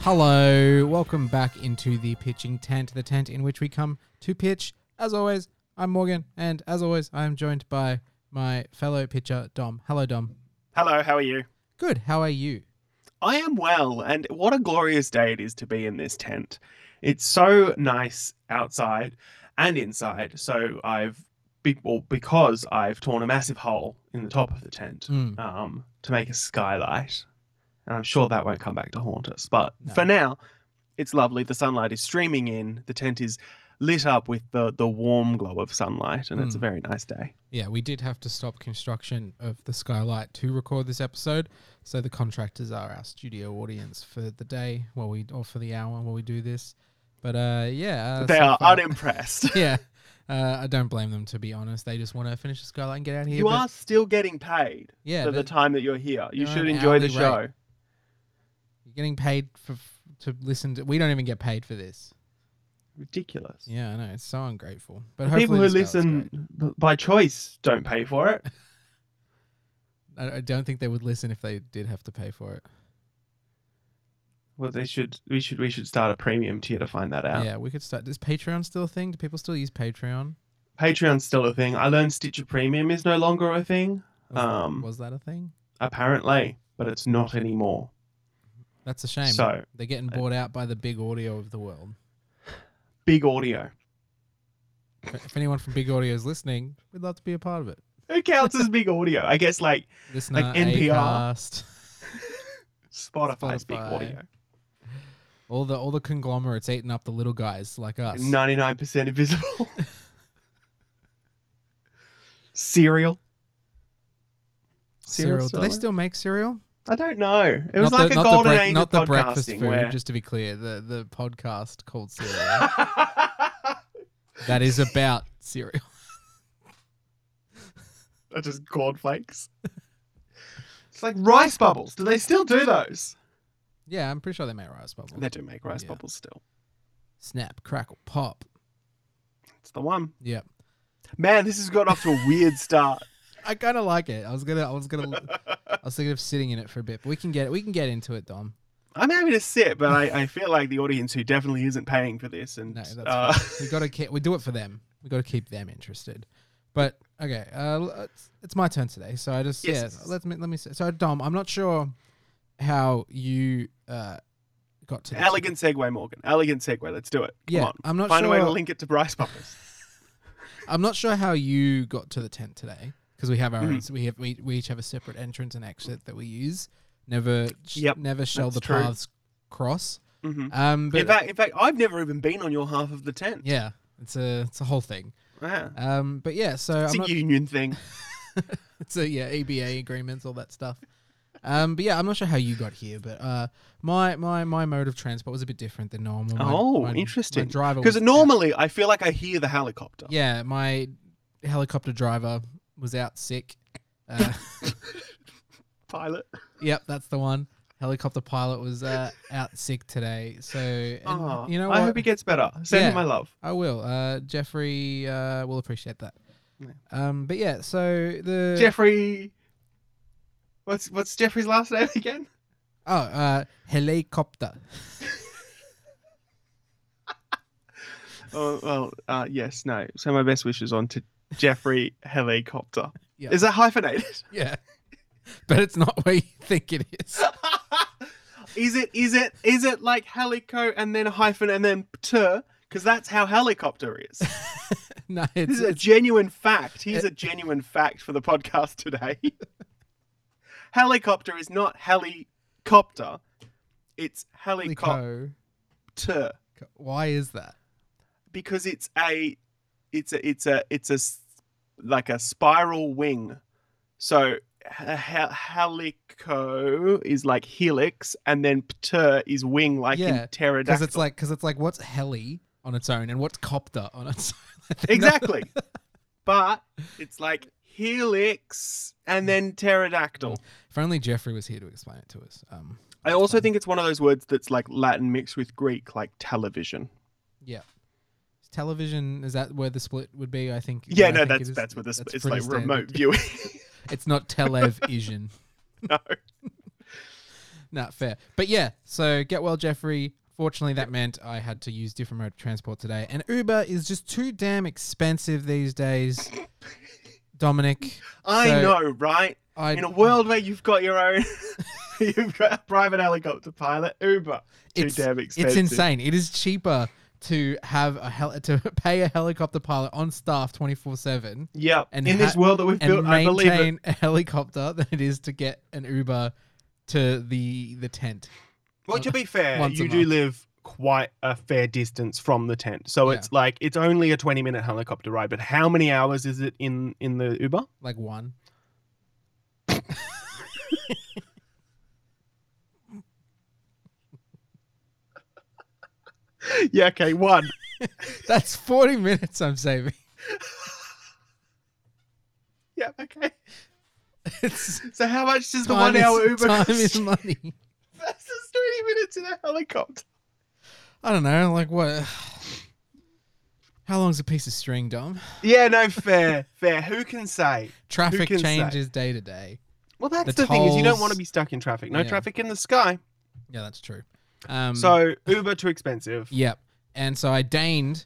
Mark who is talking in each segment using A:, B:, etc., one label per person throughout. A: Hello, welcome back into the pitching tent, the tent in which we come to pitch. As always, I'm Morgan, and as always, I am joined by my fellow pitcher, Dom. Hello, Dom.
B: Hello, how are you?
A: Good, how are you?
B: I am well, and what a glorious day it is to be in this tent. It's so nice outside and inside. So I've, be- well, because I've torn a massive hole in the top of the tent
A: Mm.
B: um, to make a skylight, and I'm sure that won't come back to haunt us. But
A: No.
B: for now, it's lovely. The sunlight is streaming in. The tent is lit up with the the warm glow of sunlight, and it's a
A: Mm.
B: very nice day.
A: Yeah, we did have to stop construction of the skylight to record this episode, so the contractors are our studio audience for the day while we or for the hour while we do this. But uh, yeah, uh,
B: they
A: so
B: are
A: far-
B: unimpressed.
A: yeah, uh, I don't blame them to be honest. They just want to finish the skylight and get out of here.
B: you
A: but-
B: are still getting paid.
A: yeah,
B: for
A: but-
B: the time that you're here. You
A: You're
B: should
A: on an
B: enjoy
A: hourly
B: the
A: rate.
B: show.
A: You're getting paid for f- to listen to. We don't even get paid for this.
B: Ridiculous.
A: Yeah, I know it's so ungrateful. But
B: The
A: hopefully
B: People who
A: this goes great.
B: listen b- by choice don't pay for it.
A: I, I don't think they would listen if they did have to pay for it.
B: Well, they should. We should. We should start a premium tier to find that
A: Yeah,
B: out.
A: we could start. Is Patreon still a thing? Do people still use Patreon?
B: Patreon's still a thing. I learned Stitcher Premium is no longer a thing,
A: Was,
B: Um,
A: was that a thing?
B: apparently, but it's not anymore.
A: That's a shame.
B: So uh,
A: They're getting bought out by the big audio of the world.
B: big audio.
A: If- if anyone from Big Audio is listening, we'd love to be a part of it.
B: Who counts as big audio? I guess like
A: Listener,
B: NPR.
A: Acast,
B: Spotify's big
A: Spotify.
B: audio.
A: all the all the conglomerates eating up the little guys like us.
B: Ninety-nine percent invisible. Cereal.
A: cereal.
B: Cereal
A: Do they
B: seller?
A: still make cereal?
B: I don't know. It was like a golden
A: break-
B: age
A: not the
B: of podcasting
A: breakfast food.
B: where
A: Just to be clear, the the podcast called Cereal that is about cereal.
B: They're just cornflakes. It's like rice bubbles. Do they still do those?
A: Yeah, I'm pretty sure they make rice bubbles.
B: They do make rice
A: Yeah.
B: bubbles still.
A: Snap, crackle, pop.
B: It's the one.
A: Yep,
B: Man, this has got off to a weird start.
A: I kind of like it. I was gonna, I was gonna, I was thinking of sitting in it for a bit, but we can get, we can get into it, Dom.
B: I'm happy to sit, but I, I feel like the audience who definitely isn't paying for this and
A: No, that's
B: uh,
A: fine. we gotta keep, we do it for them. We gotta keep them interested. But okay, uh, l- it's, it's my turn today, so I just
B: Yes,
A: yeah.
B: yes.
A: Let me let me say, so Dom, I'm not sure how you uh got to the
B: elegant segue, Morgan. Elegant segue. Let's do it. Come
A: yeah,
B: on.
A: I'm not
B: Find
A: sure.
B: a way to link it to rice bubbles.
A: I'm not sure how you got to the tent today because we have our
B: Mm.
A: own, we have we, we each have a separate entrance and exit that we use. Never sh-
B: Yep,
A: never shall the
B: that's true.
A: paths cross.
B: Mhm.
A: Um, but
B: In fact, in fact, I've never even been on your half of the tent.
A: yeah, it's a it's a whole thing.
B: Wow.
A: Um, but yeah, so
B: It's
A: I'm
B: a
A: not,
B: union thing.
A: it's a yeah EBA agreements all that stuff. Um, but yeah, I'm not sure how you got here, but uh, my my my mode of transport was a bit different than normal. My-
B: Oh,
A: my-
B: interesting.
A: My driver
B: Because
A: was-
B: normally I feel like I hear the helicopter.
A: yeah, my helicopter driver was out sick. Uh,
B: Pilot.
A: Yep, that's the one. Helicopter pilot was uh, out sick today, so and
B: Ah,
A: you know
B: I
A: what?
B: hope he gets better. Send
A: Yeah.
B: him my love.
A: I will. Uh, Jeffrey uh, will appreciate that.
B: Yeah.
A: Um, but yeah, so
B: Uh,
A: the
B: Jeffrey. What's what's Jeffrey's last name again?
A: oh uh, helicopter.
B: Oh well, uh, yes, no. So my best wishes on to Jeffrey Helicopter.
A: Yeah.
B: Is that hyphenated?
A: Yeah, but it's not where you think it is.
B: is it is it is it like helico and then hyphen and then pter? Because that's how helicopter is.
A: No,
B: This
A: it's,
B: is a genuine fact. Here's a genuine fact for the podcast today. helicopter is not helicopter. It's helicopter.
A: helico. Co- Why is that?
B: because it's a it's a it's a it's a s- like a spiral wing so he- he- helico is like helix and then pter is wing like
A: Yeah,
B: in
A: 'cause Because
B: pterodactyl
A: it's like because it's like what's heli on its own and what's copter on its own. They're not-
B: exactly but it's like helix and then pterodactyl
A: If only Jeffrey was here to explain it to us. Um,
B: i also think it's one of those words that's like latin mixed with greek like television
A: Yeah. Is Television is that where the split would be? I think.
B: yeah
A: I
B: no
A: think it
B: that's
A: is-
B: that's what this it's
A: pretty
B: like
A: standard.
B: remote viewing
A: It's not television.
B: no
A: Not fair. But yeah, so get well, Jeffrey. Fortunately, that meant I had to use different mode of transport today. And Uber is just too damn expensive these days, Dominic.
B: I
A: So-
B: know, right?
A: I,
B: In a world where you've got your own, you've got a private helicopter pilot, Uber. Too
A: It's-
B: damn expensive.
A: It's insane. It is cheaper to have a hel- to pay a helicopter pilot on staff 24 7
B: Yeah.
A: And
B: in
A: ha-
B: this world that we've
A: and
B: built, I believe it.
A: maintain a helicopter than it is to get an Uber to the the tent.
B: Well, to be fair,
A: once a
B: you do
A: month.
B: live quite a fair distance from the tent, so
A: Yeah.
B: it's like it's only a twenty-minute helicopter ride. But how many hours is it in in the Uber?
A: Like one.
B: yeah, okay, one.
A: That's 40 minutes I'm saving.
B: yeah, okay.
A: It's
B: So how much does the
A: time
B: one-hour
A: is-
B: Uber
A: Time
B: cost?
A: is money.
B: That's just twenty minutes in a helicopter.
A: I don't know. Like what? How long's a piece of string, Dom?
B: Yeah, no, fair, fair. Who can say?
A: Traffic
B: can say?
A: changes day to day.
B: Well, that's the,
A: The
B: thing is you don't
A: tolls.
B: want to be stuck in traffic. No
A: Yeah.
B: traffic in the sky.
A: Yeah, that's true. Um,
B: So Uber too expensive.
A: Yep. And so I deigned,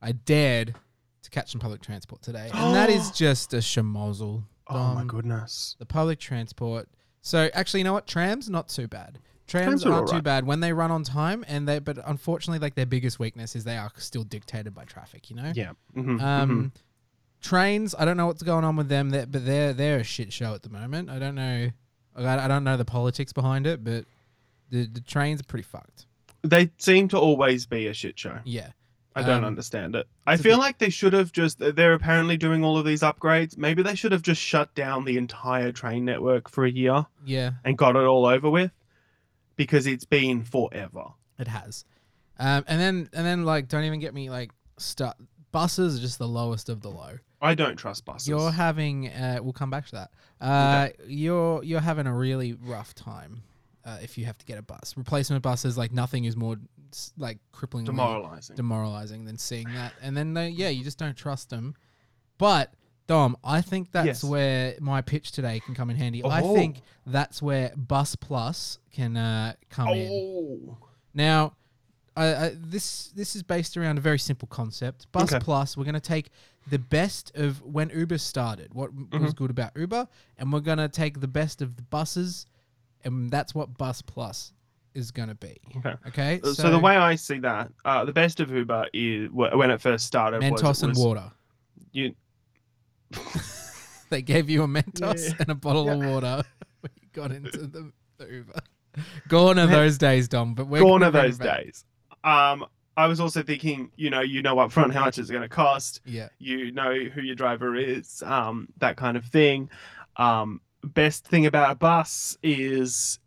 A: I dared to catch some public transport today. And that is just a shamozzle.
B: Oh my
A: Um,
B: goodness.
A: The public transport. So actually, you know what? Trams, not too bad. Trams,
B: Trams are
A: aren't too
B: alright.
A: bad when they run on time, and they. But unfortunately, like their biggest weakness is they are still dictated by traffic. You know.
B: Yeah. Mhm, mhm.
A: Um, trains. I don't know what's going on with them, they but they're they're a shit show at the moment. I don't know. I I don't know the politics behind it, but the the trains are pretty fucked.
B: They seem to always be a shit show.
A: Yeah.
B: I don't
A: Um,
B: understand it. I
A: it's a
B: feel
A: bit-
B: like they should have just. They're apparently doing all of these upgrades. Maybe they should have just shut down the entire train network for a year
A: Yeah.
B: and got it all over with, because it's been forever.
A: It has. Um, and then and then like don't even get me like start buses are just the lowest of the low.
B: I don't trust buses.
A: You're having uh, we'll come back to that. Uh, You're you're having a really rough time uh, if you have to get a bus. Replacement buses like nothing is more s- like crippling
B: demoralizing.
A: demoralizing than seeing that. And then they, yeah, you just don't trust them. But Dom, I think that's
B: Yes.
A: where my pitch today can come in handy. I
B: Oh.
A: think that's where Bus Plus can uh, come in.
B: oh,
A: Now, I, I, this this is based around a very simple concept. Bus
B: Okay.
A: Plus, we're going to take the best of when Uber started, what m- was
B: Mm-hmm.
A: good about Uber, and we're going to take the best of the buses, and that's what Bus Plus is going to be.
B: Okay. Uh,
A: Okay.
B: so, the way I see that, uh, the best of Uber is wh- when it first started. was
A: Mentos
B: it
A: and
B: was-
A: water.
B: You,
A: They gave you a Mentos
B: Yeah.
A: and a bottle of
B: Yeah.
A: water when you got into the, the Uber. Gone are those days, Dom. But we're
B: gone
A: gonna
B: are
A: bring it
B: those
A: back.
B: days. Um, I was also thinking, you know, you know upfront how much it's going to cost.
A: Yeah.
B: you know who your driver is, um, that kind of thing. Um, best thing about a bus is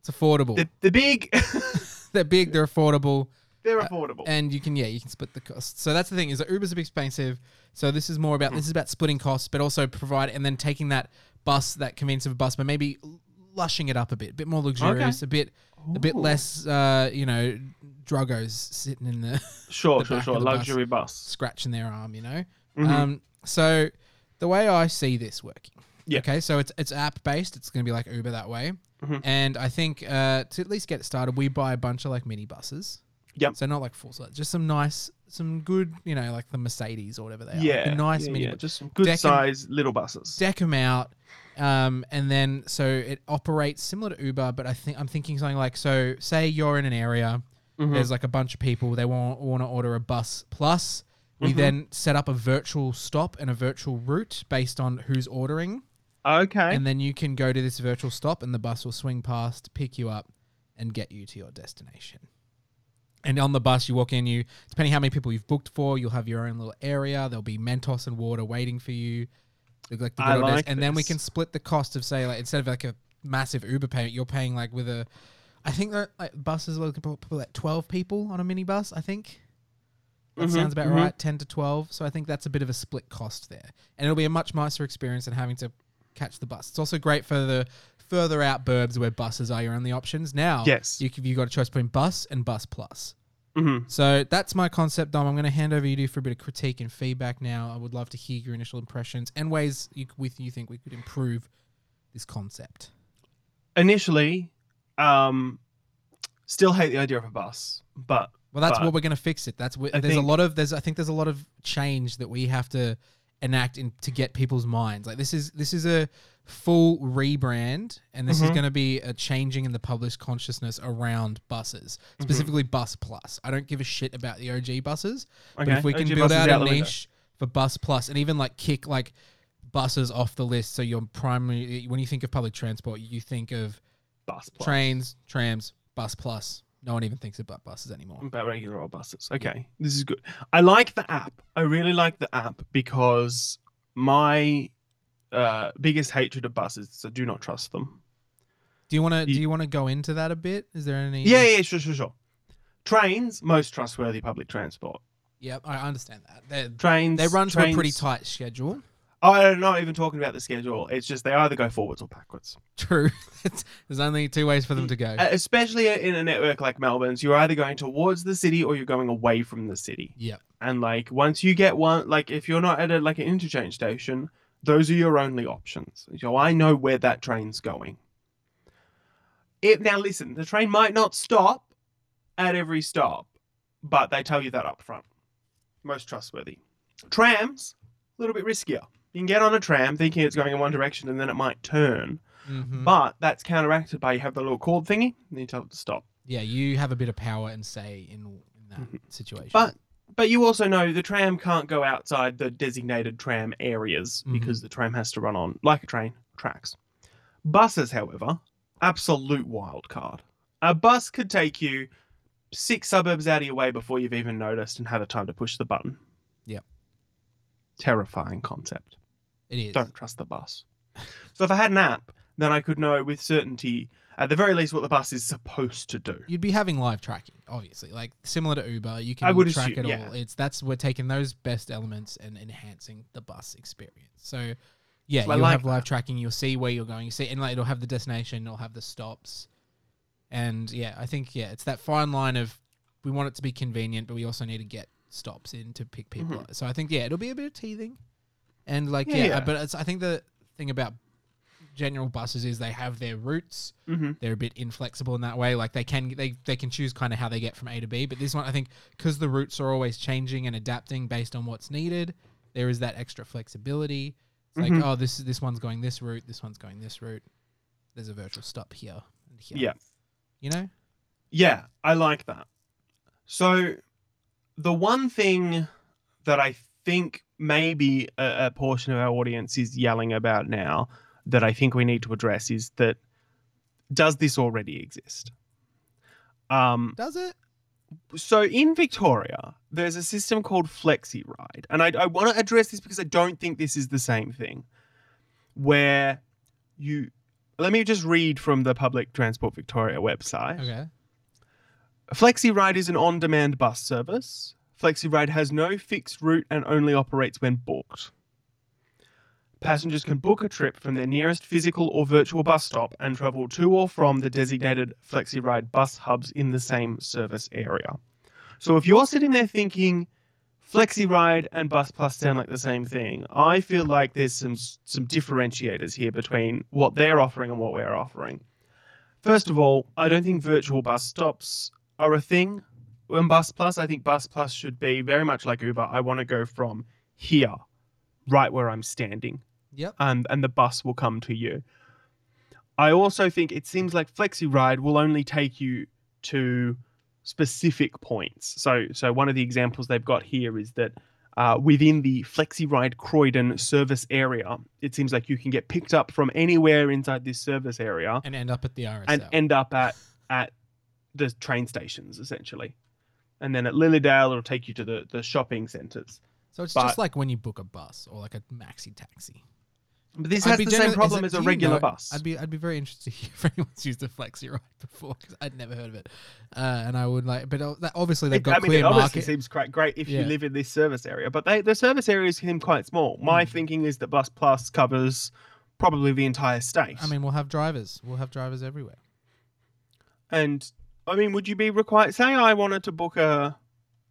A: It's affordable.
B: the, the big,
A: They're big. They're affordable.
B: they're affordable.
A: Uh, and you can yeah you can split the cost so that's the thing is that uber's a bit expensive so this is more about this is about splitting costs but also provide and then taking that bus that convenience of a bus but maybe l- lushing it up a bit a bit more luxurious a bit a bit
B: Ooh.
A: less uh you know druggos sitting in the
B: Sure,
A: the
B: sure,
A: back
B: sure.
A: of the bus.
B: Luxury bus.
A: scratching their arm you know
B: Mhm.
A: um so the way i see this working
B: Yeah.
A: okay so it's it's app based it's going to be like uber that way
B: Mhm.
A: and i think uh to at least get it started we buy a bunch of like mini buses
B: Yep.
A: so not like full size, just some nice, some good, you know, like the Mercedes or whatever they are.
B: yeah,
A: a nice
B: yeah,
A: mini.
B: yeah,
A: bus.
B: just some good
A: Deck and-
B: size little buses.
A: Deck them out, um, and then so it operates similar to Uber, but I think I'm thinking something like so. Say you're in an area,
B: Mhm.
A: there's like a bunch of people, they want want to order a bus plus. We
B: Mhm.
A: then set up a virtual stop and a virtual route based on who's ordering,
B: Okay,
A: and then you can go to this virtual stop, and the bus will swing past, pick you up, and get you to your destination. And on the bus, you walk in. You depending how many people you've booked for, you'll have your own little area. There'll be Mentos and water waiting for you. Look Like the good
B: I
A: old days.
B: like
A: and then we
B: this.
A: can split the cost of say like instead of like a massive Uber payment, you're paying like with a. I think that like buses will probably like twelve people on a minibus. I think. That
B: Mhm,
A: sounds about
B: mhm.
A: right, ten to twelve. So I think that's a bit of a split cost there, and it'll be a much nicer experience than having to catch the bus. It's also great for the further out burbs where buses are your only options. Now,
B: Yes.
A: you, you've got a choice between bus and bus plus.
B: hmm
A: So that's my concept, Dom. I'm going to hand over you for a bit of critique and feedback now. I would love to hear your initial impressions and ways you, with you think we could improve this concept.
B: initially Um, still hate the idea of a bus, but
A: Well, that's
B: But-
A: what we're going to fix it. That's what,
B: I
A: there's a
B: think-
A: lot of there's I think there's a lot of change that we have to enact in to get people's minds. Like this is this is a full rebrand, and this is
B: Mhm.
A: going to be a changing in the public's consciousness around buses,
B: Mm-hmm.
A: specifically Bus Plus. I don't give a shit about the OG buses, but
B: Okay,
A: if we can
B: OG
A: build
B: buses
A: out,
B: out
A: a
B: the window.
A: niche for Bus Plus, and even like kick like buses off the list, so your primary when you think of public transport, you think of
B: bus plus.
A: trains, trams, Bus Plus. No one even thinks about buses anymore.
B: about regular old buses. Okay, this is good. I like the app. I really like the app because my uh, biggest hatred of buses is I do not trust them.
A: Do you want to do
B: Ye-
A: you want to go into that a bit? Is there any?
B: Yeah, yeah, sure, sure, sure. Trains, most trustworthy public transport.
A: Yep, I understand that.
B: Trains.
A: They they run to a pretty
B: trains-
A: tight schedule.
B: Oh, I'm not even talking about the schedule. It's just they either go forwards or backwards.
A: True. It's- There's only two ways for them to go.
B: Uh, Especially in a network like Melbourne's, you're either going towards the city or you're going away from the city.
A: Yep.
B: And like once you get one, like if you're not at a, like an interchange station, those are your only options. So I know where that train's going. It now listen, the train might not stop at every stop, but they tell you that up front. Most trustworthy. Trams, a little bit riskier. You can get on a tram thinking it's going in one direction and then it might turn.
A: Mhm.
B: But that's counteracted by you have the little cord thingy, and you tell it to stop.
A: Yeah, you have a bit of power and say in, in that situation.
B: Mm-hmm. But but you also know the tram can't go outside the designated tram areas
A: Mhm.
B: because the tram has to run on like a train tracks. Buses, however, absolute wild card. A bus could take you six suburbs out of your way before you've even noticed and had the time to push the button.
A: Yep.
B: Terrifying concept.
A: it is.
B: don't trust the bus. So if I had an app, then I could know with certainty, at the very least, what the bus is supposed to do.
A: You'd be having live tracking, obviously, like similar to Uber. You can
B: I would
A: track
B: assume,
A: it
B: yeah.
A: all. It's that's we're taking those best elements and enhancing the bus experience. So, yeah,
B: So I
A: you'll
B: like
A: have live tracking. You'll see where you're going. You see, and like it'll have the destination. It'll have the stops, and yeah, I think yeah, it's that fine line of we want it to be convenient, but we also need to get stops in to pick people up. So I think yeah, it'll be a bit of teething, and like yeah,
B: Mm-hmm. Yeah, yeah.
A: but it's, I think the thing about general buses is they have their routes
B: Mm-hmm.
A: they're a bit inflexible in that way. Like they can they they can choose kind of how they get from A to B. But this one, I think, because the routes are always changing and adapting based on what's needed, there is that extra flexibility. It's
B: Mhm.
A: like, oh, this this one's going this route, this one's going this route. There's a virtual stop here and here.
B: Yeah.
A: you know,
B: Yeah, I like that. So, the one thing that I think maybe a, a portion of our audience is yelling about now that I think we need to address is that does this already exist? Um,
A: does it?
B: so in Victoria, there's a system called Flexi Ride, and I, I want to address this because I don't think this is the same thing. Where you, let me just read from the Public Transport Victoria website.
A: Okay.
B: Flexi Ride is an on-demand bus service. Flexi Ride has no fixed route and only operates when booked. Passengers can book a trip from their nearest physical or virtual bus stop and travel to or from the designated Flexi Ride bus hubs in the same service area. So if you're sitting there thinking Flexi Ride and Bus Plus sound like the same thing, I feel like there's some some differentiators here between what they're offering and what we're offering. First of all, I don't think virtual bus stops are a thing in Bus Plus. I think Bus Plus should be very much like Uber. I want to go from here, right where I'm standing,
A: Yep.
B: and, and the bus will come to you. I also think it seems like Flexi Ride will only take you to specific points. So, so one of the examples they've got here is that uh, within the Flexi Ride Croydon service area, it seems like you can get picked up from anywhere inside this service area
A: And end up at the RSL.
B: and end up at at the train stations essentially and then at lilydale it'll take you to the, the shopping centres
A: so it's
B: but-
A: just like when you book a bus or like a maxi taxi.
B: but this
A: I'd
B: has
A: be
B: the same
A: generally-
B: problem
A: is it-
B: as a
A: do you
B: regular
A: know-
B: bus
A: I'd be I'd be very interested to hear if anyone's used a flexi ride before because I'd never heard of it, uh, and I would like. But uh, that, obviously they've
B: It-
A: got
B: i mean
A: clear
B: it obviously
A: market.
B: seems quite great if
A: Yeah.
B: you live in this service area but they, the service areas seem quite small my thinking is that bus plus covers probably the entire state
A: I mean, we'll have drivers. We'll have drivers everywhere.
B: and i mean would you be required say i wanted to book uh,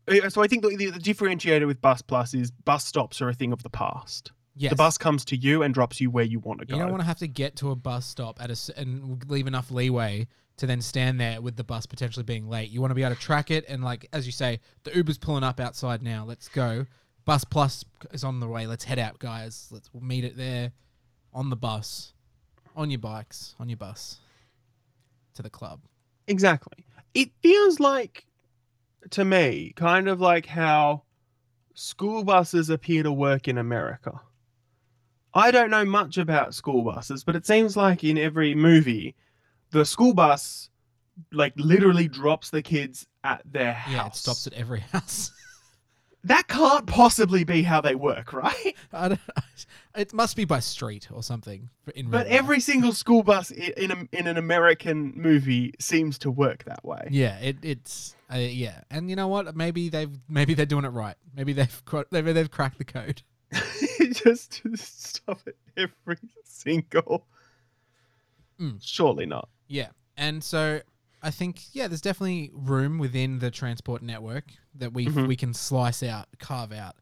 B: a so i think the, the differentiator with bus plus is bus stops are a thing of the past
A: Yes.
B: The bus comes to you and drops you where you want to go.
A: You don't want to have to get to a bus stop at a s- and leave enough leeway to then stand there with the bus potentially being late. You want to be able to track it and like as you say, the Uber's pulling up outside now. Let's go. Bus Plus is on the way. Let's head out, guys. Let's we'll meet it there on the bus, on your bikes, on your bus to the club.
B: Exactly. It feels like, to me, kind of like how school buses appear to work in America. I don't know much about school buses, but it seems like in every movie, the school bus, like, literally drops the kids at their house.
A: Yeah, it stops at every house.
B: That can't possibly be how they work, right?
A: I don't, it must be by street or something. for- In
B: But
A: real life.
B: every single school bus i- in a, in an American movie seems to work that way.
A: Yeah, it, it's uh, yeah, and you know what? Maybe they've maybe they're doing it right. Maybe they've cra- maybe they've cracked the code.
B: just to stop it every single.
A: Mm.
B: Surely not.
A: Yeah, and so I think yeah, there's definitely room within the transport network that we
B: Mhm.
A: we can slice out, carve out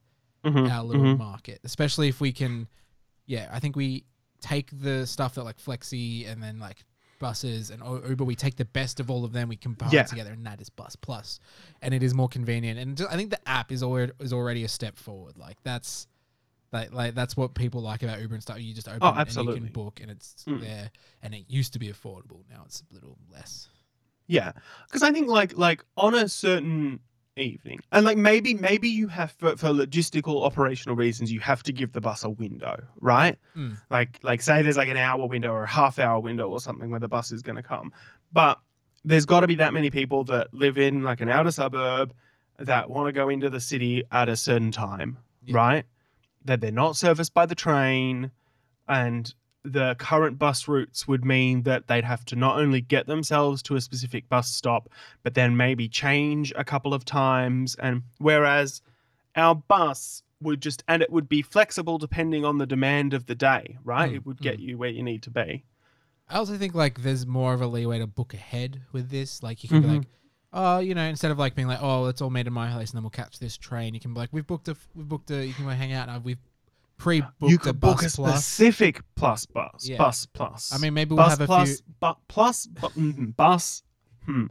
B: Mhm,
A: our little
B: mhm.
A: market, especially if we can. Yeah, I think we take the stuff that like Flexi and then like buses and O- Uber. We take the best of all of them. We combine
B: Yeah.
A: it together, and that is Bus Plus, and it is more convenient. And ju- I think the app is already is already a step forward. Like that's. Like, like that's what people like about Uber and stuff. You just open
B: Oh,
A: it and you
B: absolutely.
A: can book, and it's
B: Mm.
A: there. And it used to be affordable. Now it's a little less.
B: Yeah, because I think like like on a certain evening, and like maybe maybe you have for, for logistical operational reasons you have to give the bus a window, right?
A: Mm.
B: Like like say there's like an hour window or a half hour window or something where the bus is going to come, but there's got to be that many people that live in like an outer suburb that want to go into the city at a certain time,
A: Yeah.
B: right? That they're not serviced by the train and the current bus routes would mean that they'd have to not only get themselves to a specific bus stop, but then maybe change a couple of times. And whereas our bus would just, and it would be flexible depending on the demand of the day, right?
A: Mm,
B: it would get you where you need to be.
A: I also think like there's more of a leeway to book ahead with this. Like you can be
B: Mhm.
A: like, oh, you know, instead of like being like, oh, it's all made in my place, and then we'll catch this train. You can be like, we've booked a, we've booked a, you can go hang out. And we've pre-booked
B: you
A: a
B: could
A: bus
B: book a
A: plus.
B: specific plus bus,
A: Yeah.
B: bus plus.
A: I mean, maybe we'll
B: bus
A: have a few
B: plus, bu- plus, bu- mm, bus, hmm,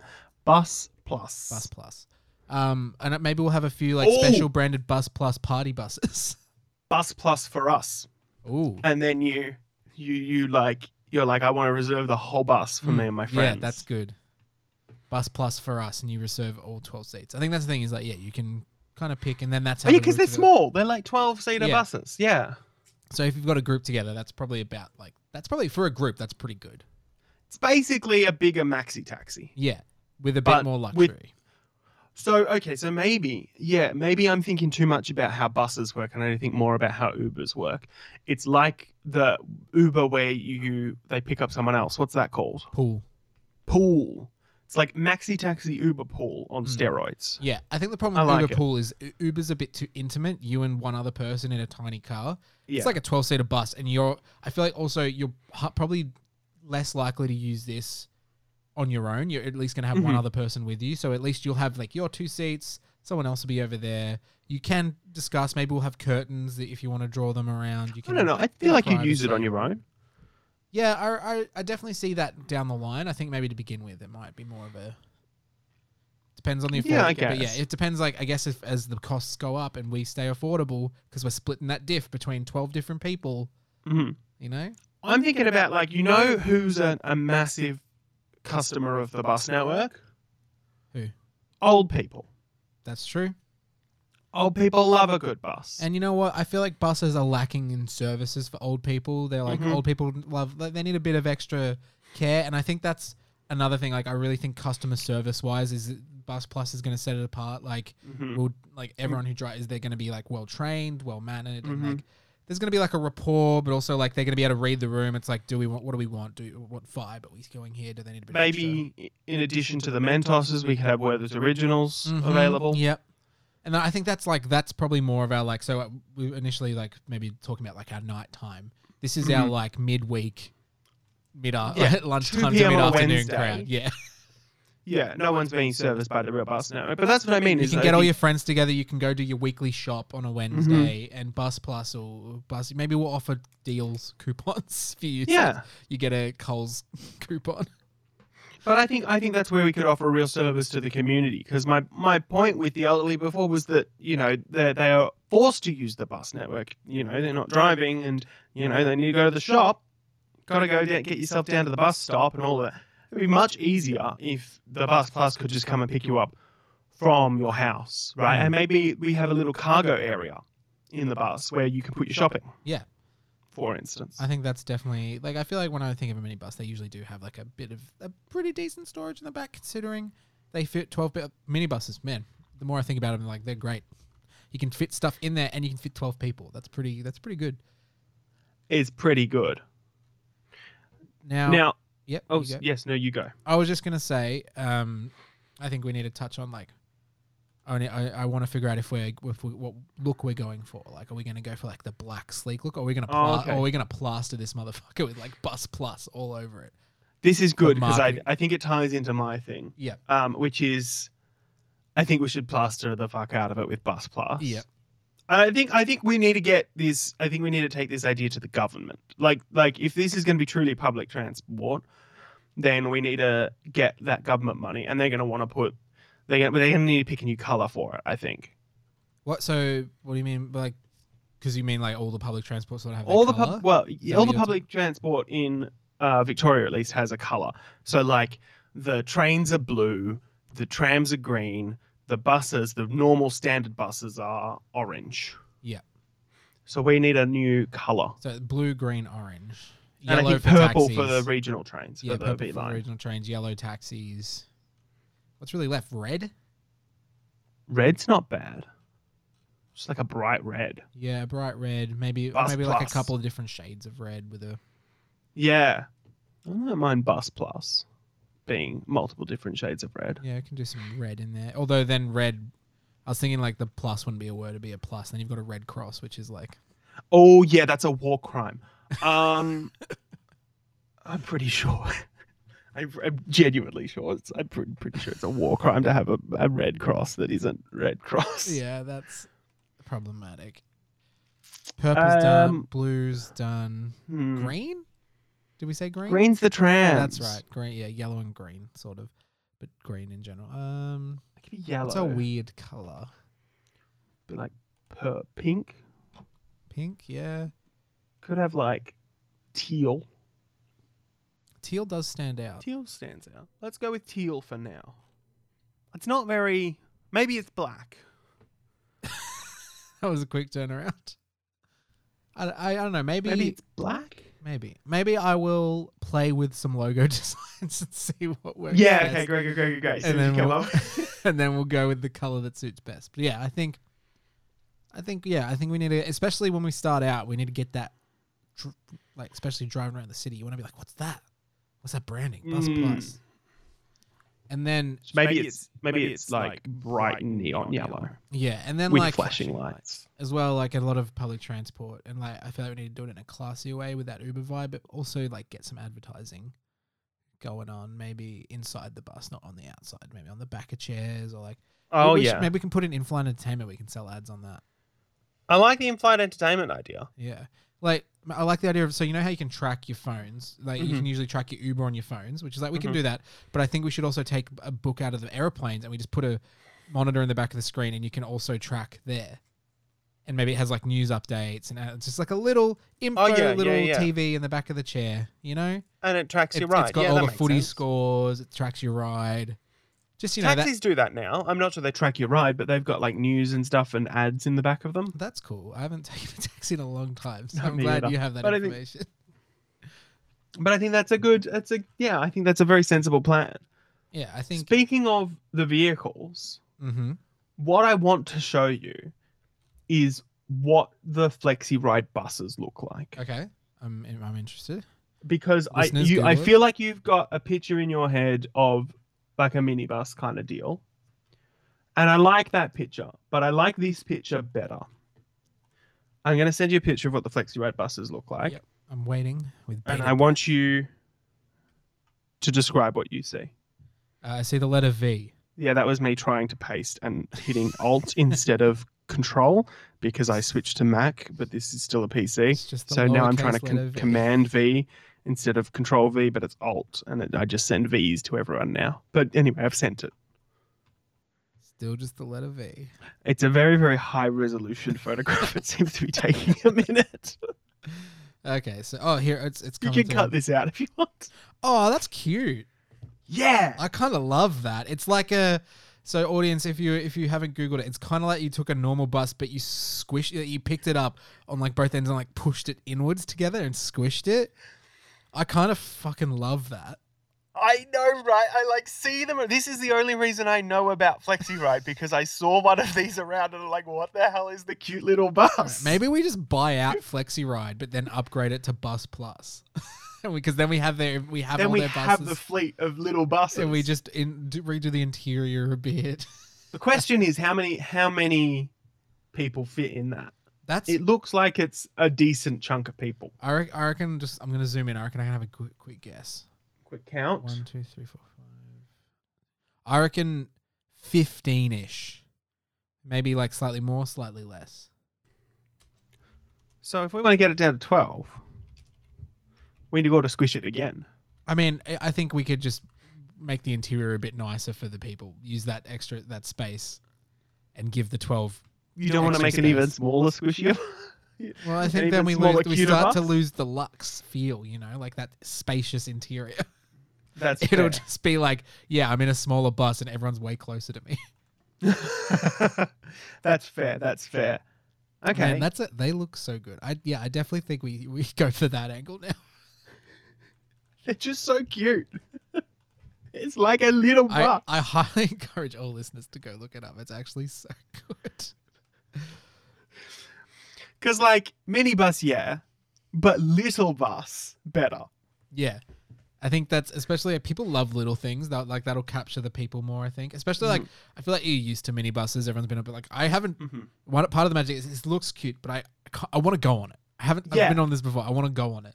B: bus plus.
A: bus plus. Um, and uh, maybe we'll have a few like
B: Oh!
A: special branded bus plus party buses.
B: bus plus for us.
A: Ooh,
B: and then you you you like you're like I want to reserve the whole bus for me
A: Mm,
B: and my friends.
A: Yeah, that's good. Bus plus for us, and you reserve all twelve seats. I think that's the thing is like, yeah, you can kind of pick, and then that's how
B: Oh, yeah,
A: the
B: because they're
A: routes are-
B: small. They're like twelve seater
A: Yeah.
B: buses. Yeah,
A: So if you've got a group together, that's probably about like that's probably for a group that's pretty good.
B: it's basically a bigger maxi taxi.
A: Yeah, with a bit
B: But
A: more luxury.
B: with- So okay, so maybe yeah, maybe I'm thinking too much about how buses work, and I think more about how Ubers work. It's like the Uber where you they pick up someone else. What's that called?
A: Pool.
B: Pool. It's like maxi taxi Uber pool on
A: Mm.
B: steroids.
A: Yeah, I think the
B: I
A: problem with
B: like
A: Uber
B: it.
A: pool is U- Uber's a bit too intimate. You and one other person in a tiny car.
B: Yeah.
A: It's like a twelve seater bus, and you're. I feel like also you're hu- probably less likely to use this on your own. You're at least going to have one
B: Mhm.
A: other person with you, so at least you'll have like your two seats. Someone else will be over there. You can discuss. Maybe we'll have curtains that if you want to draw them around. You
B: I
A: can
B: don't know. I
A: bit of
B: feel like you'd use it
A: privacy.
B: on your own.
A: Yeah, I, I I definitely see that down the line. I think maybe to begin with, it might be more of a depends on the affordability.
B: Yeah, I
A: But
B: guess.
A: yeah, it depends. Like I guess if as the costs go up and we stay affordable because we're splitting that diff between twelve different people,
B: hmm
A: you know.
B: I'm thinking about like you know who's a, a massive customer of the bus network?
A: Who?
B: Old people.
A: That's true.
B: Old people love a good bus.
A: And you know what? I feel like buses are lacking in services for old people. They're like
B: Mhm.
A: old people love like, they need a bit of extra care, and I think that's another thing. Like I really think customer service wise is Bus Plus is going to set it apart. Like
B: Mhm.
A: will like everyone who drives they're going to be like well trained well mannered
B: Mhm.
A: and like there's going to be like a rapport but also like they're going to be able to read the room it's like do we want what do we want do what vibe are we going here do they need a bit of extra?
B: Maybe i- in addition to the Mentoses, we could have Mm-hmm. Werther's Originals
A: Mhm,
B: available.
A: yep and I think that's like that's probably more of our like so uh, we initially like maybe talking about like our nighttime this is our
B: Mhm.
A: like midweek mid
B: Yeah,
A: lunchtime to
B: 2 p.m.
A: mid
B: on a
A: afternoon
B: Wednesday.
A: crowd yeah
B: Yeah, no one's being serviced by the real bus network. But that's what I mean.
A: You
B: is
A: can
B: I
A: get all
B: think-
A: your friends together. You can go do your weekly shop on a Wednesday, and Bus Plus or Bus maybe we'll offer deals coupons for you. So
B: Yeah.
A: you get a Coles coupon.
B: But I think I think that's where we could offer a real service to the community. Because my my point with the elderly before was that you know they they are forced to use the bus network. You know they're not driving, and you know they need to go to the shop. Got to go down, get yourself down to the bus stop, and all that. It'd be much easier if the bus plus could just come and pick you up from your house, right? And maybe we have a little cargo area in the bus where you can put your shopping.
A: Yeah.
B: For instance.
A: I think that's definitely like I feel like when I think of a minibus, they usually do have like a bit of a pretty decent storage in the back, considering they fit twelve bit minibuses. Man, the more I think about them, like they're great. You can fit stuff in there, and you can fit twelve people. That's pretty. That's pretty good.
B: It's pretty good.
A: Now,
B: Now,
A: yep.
B: oh
A: you go.
B: yes, no, you go.
A: I was just gonna say, um, I think we need to touch on like, I ne- I, I want to figure out if we're if we, what look we're going for. Like, are we gonna go for like the black sleek look? Or are we gonna
B: Oh,
A: pla-
B: okay.
A: or are we gonna plaster this motherfucker with like bus plus all over it?
B: This is good because I,
A: marketing.
B: I think it ties into my thing,
A: Yeah,
B: um, which is I think we should plaster the fuck out of it with Bus Plus.
A: yeah,
B: And I think I think we need to get this. I think we need to take this idea to the government. Like like if this is going to be truly public transport, then we need to get that government money, and they're going to want to put they're going they're going to need to pick a new color for it. I think
A: What? So what do you mean? Like, because you mean like all the public transports that have
B: all the
A: public?
B: pub- well
A: that
B: all
A: what
B: the
A: you're talking-
B: public transport in uh, Victoria at least has a color. So like the trains are blue, the trams are green, the buses, the normal standard buses are orange.
A: Yeah.
B: So we need a new color.
A: so blue, green, orange,
B: and I
A: yellow
B: think
A: for
B: purple
A: taxis.
B: for the regional trains
A: yeah,
B: for the
A: purple
B: B
A: for
B: line.
A: regional trains, yellow taxis. What's really left? Red?
B: Red's not bad. Just like a bright red.
A: Yeah, bright red. Maybe or
B: Bus
A: maybe like a
B: plus.
A: couple of different shades of red with a
B: Yeah. I don't mind bus plus being multiple different shades of red.
A: yeah. I can do some red in there. Although then red, I was thinking like the plus wouldn't be a word, it'd be a plus. Then you've got a red cross, which is like
B: Oh yeah, that's a war crime. Um, I'm pretty sure. I'm, I'm genuinely sure. It's, I'm pretty, pretty sure it's a war crime to have a, a red cross that isn't red cross.
A: yeah, that's problematic. Purple's done.
B: Um,
A: Blue's done.
B: Hmm.
A: Green? Did we say green?
B: Green's the
A: Oh,
B: trans.
A: that's right. Green, yeah, yellow and green, sort of, but green in general. Um,
B: It could be yellow.
A: it's a weird color.
B: Be like per pink.
A: Pink, yeah.
B: Could have like teal.
A: Teal does stand out.
B: Teal stands out. Let's go with teal for now. It's not very. Maybe it's black.
A: That was a quick turnaround. I, I, I don't know. Maybe,
B: Maybe
A: maybe,
B: it's black.
A: maybe, I will play with some logo designs and see what works.
B: Yeah.
A: best.
B: Okay. Great. Great. Great. Great.
A: And
B: And
A: then
B: come
A: we'll-
B: up.
A: and then we'll go with the color that suits best. But yeah, I think, I think yeah, I think we need to, especially when we start out, we need to get that, dr- like especially driving around the city, you want to be like, what's that? What's that branding? Bus
B: Mm.
A: plus. And then
B: maybe, it's maybe it's like bright neon yellow
A: yeah, and then
B: with
A: like
B: flashing lights.
A: as well, like a lot of public transport, and like I feel like we need to do it in a classy way with that Uber vibe, but also like get some advertising going on, maybe inside the bus, not on the outside, maybe on the back of chairs or like.
B: Oh,
A: Maybe we should- maybe we can put in in-flight entertainment. We can sell ads on that.
B: I like the in-flight entertainment idea.
A: Yeah, like m- I like the idea of so you know how you can track your phones. Like you
B: Mhm.
C: Mm-hmm.
A: can usually track your Uber on your phones, which is like we can
B: Mhm.
A: do that. But I think we should also take a book out of the airplanes and we just put a monitor in the back of the screen, and you can also track there. And maybe it has like news updates and uh, it's just like a little info,
C: Oh, yeah, yeah,
A: little
C: yeah.
A: TV in the back of the chair. You know,
C: and it tracks
A: It-
C: your ride.
A: it's got
C: yeah, that
A: all the
C: makes
A: footy
C: sense.
A: scores. It tracks your ride. Just you know that
C: Taxis do that now. I'm not sure they
B: They track your ride, but they've got like news and stuff and ads in the back of them.
A: That's cool. I haven't taken a taxi in a long time, so
B: Not
A: I'm
B: me
A: glad
B: either.
A: you have that
B: But I think-
A: information.
B: But I think that's a good. That's a yeah. I think that's a very sensible plan.
A: yeah, I think.
B: Speaking of the vehicles,
A: hmm
B: what I want to show you is what the flexi ride buses look like
A: Okay, I'm in- I'm interested.
B: because I
A: Listeners,
B: you I
A: Google it.
B: feel like you've got a picture in your head of like a minibus kind of deal. And I like that picture, but I like this picture better. I'm going to send you a picture of what the flexi ride buses look like,
A: Yep. I'm waiting with.
B: and
A: bated
B: I want you to describe what you see.
A: Uh, I see the letter V.
B: Yeah, that was me trying to paste and hitting Alt instead of Control because I switched to Mac, but this is still a PC.
A: It's just the
B: So now I'm
A: lowercase
B: trying to
A: letter
B: com-
A: V.
B: Command V instead of Control V, but it's Alt, and it, I just send Vs to everyone now. But anyway, I've sent it.
A: Still just the letter V.
B: It's a very, very high resolution photograph. It seems to be taking a minute.
A: Okay, so oh here it's it's
B: You
A: coming.
B: can
A: through.
B: cut this out if you want.
A: Oh, that's cute.
B: Yeah.
A: I kind of love that. It's like a so audience if you if you haven't googled it, it's kind of like you took a normal bus but you squished it, you picked it up on like both ends and like pushed it inwards together and squished it. I kind of fucking love that.
B: I know, right? I like see them. This is the only reason I know about Flexi Ride because I saw one of these around and I'm like, what the hell is the cute little bus?
A: Right, Maybe we just buy out Flexi Ride but then upgrade it to Bus Plus. because then we have their we have
B: Then
A: all
B: we
A: their buses
B: have the fleet of little buses.
A: and we just in, do, redo the interior a bit.
B: the question is how many how many people fit in that?
A: That's
B: It looks like it's a decent chunk of people.
A: I, rec- I reckon just I'm gonna zoom in. I reckon I can have a quick quick guess.
B: Quick count.
A: One, two, three, four, five. I reckon fifteen ish. Maybe like slightly more, slightly less.
B: So if we want to get it down to twelve, we need to go to squish it again.
A: I mean, I- I think we could just make the interior a bit nicer for the people. Use that extra that space and give the twelve.
B: You don't want to
A: extra
B: make an
A: space.
B: even smaller squishier.
A: Well, I
B: an
A: think
B: even
A: then we
B: smaller,
A: lose, we
B: cuter
A: start to
B: bus?
A: lose the luxe feel. You know, like that spacious interior.
B: That's
A: It'll
B: fair.
A: just be like, yeah, I'm in a smaller bus and everyone's way closer to me.
B: that's fair. That's fair. Okay.
A: Man, that's it. They look so good. I yeah, I definitely think we we go for that angle now.
B: They're just so cute. it's like a little
A: I,
B: bus.
A: I highly encourage all listeners to go look it up. It's actually so good.
B: Because, like, minibus, yeah, but little bus, better.
A: Yeah. I think that's especially uh, people love little things that like that'll capture the people more. I think especially
B: Mm.
A: like I feel like you're used to minibuses. Everyone's been up, but like I haven't.
B: Mhm.
A: One part of the magic is it looks cute, but I I ca- I want to go on it. I haven't I've
B: Yeah.
A: been on this before. I want to go on it.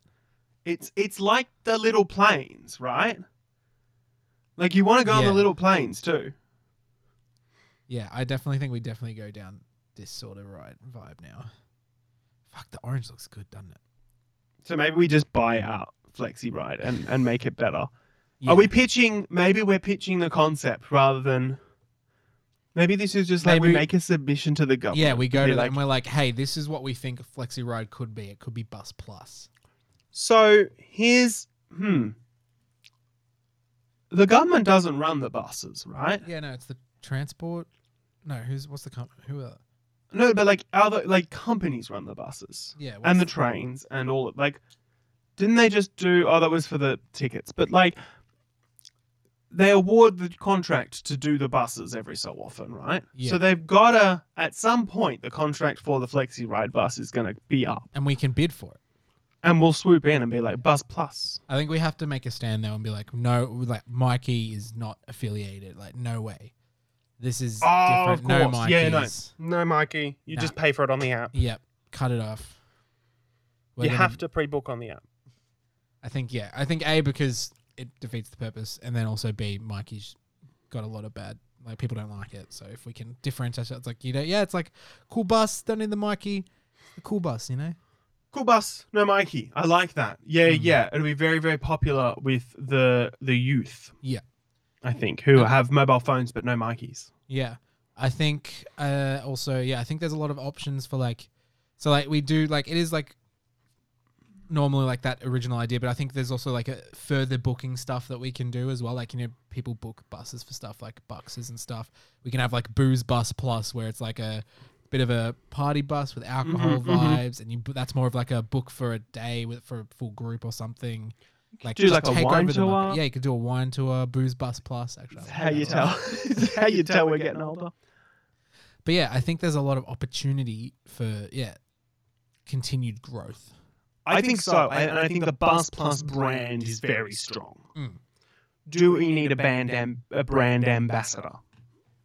B: It's it's like the little planes, right? Like, you want to go on the
A: Yeah.
B: little planes, too.
A: Yeah, I definitely think we definitely go down this sort of right vibe now. Fuck, the orange looks good, doesn't it?
B: So maybe we just buy out Flexi Ride and, and make it better.
A: Yeah.
B: Are we pitching? Maybe we're pitching the concept rather than. Maybe this is just like we
A: Maybe-
B: make a submission to the government.
A: Yeah, we go
B: Be
A: to them
B: like,
A: and we're like, hey, this is what we think a flexi ride could be. It could be bus plus.
B: So here's hmm. The government doesn't run the buses, right?
A: Yeah, no, it's the transport. No, who's what's the company? Who are?
B: No, but like other like companies run the buses
A: Yeah, what's
B: and the trains and all of like didn't they just do oh that was for the tickets, but like they award the contract to do the buses every so often, right?
A: Yeah.
B: So they've gotta at some point the contract for the flexi ride bus is gonna be up.
A: and we can bid for it.
B: And we'll swoop in and be like bus plus.
A: I think we have to make a stand though and be like, no, like Mikey is not affiliated. Like, no way. This is
B: Oh, of
A: different. No,
B: course.
A: Mikey's.
B: Yeah, no. No, Mikey, you
A: Nah.
B: just pay for it on the app.
A: Yep, cut it off. We're
B: you
A: gonna-
B: have to pre-book on the app.
A: I think yeah. I think a because it defeats the purpose, and then also b Mikey's got a lot of bad like people don't like it. So if we can differentiate, it's like you know yeah, it's like cool bus. Don't need the Mikey, the cool bus. You know
B: Cool bus, no Mikey. I like that. Yeah,
A: Mm.
B: yeah. It'll be very, very popular with the the youth.
A: Yeah.
B: I think who have mobile phones but no Mikeys.
A: yeah. I think uh also yeah. I think there's a lot of options for like so like we do like it is like normally like that original idea, but I think there's also like a further booking stuff that we can do as well. Like you know people book buses for stuff like boxes and stuff. We can have like booze bus plus where it's like a bit of a party bus with alcohol
B: Mhm, mhm.
A: vibes, and you bu- that's more of like a book for a day with for a full group or something. Like
B: do
A: just
B: like a
A: take
B: wine
A: over the market.
B: tour.
A: Yeah, you could do a wine tour, booze bus plus. Actually, I like
B: How
A: that
B: you
A: as well.
B: tell? How you tell we're getting older?
A: But yeah, I think there's a lot of opportunity for yeah, continued growth.
B: I think so, I- and I think the Bus Plus brand is very strong.
A: Mm.
B: Do we need a brand am- a brand ambassador?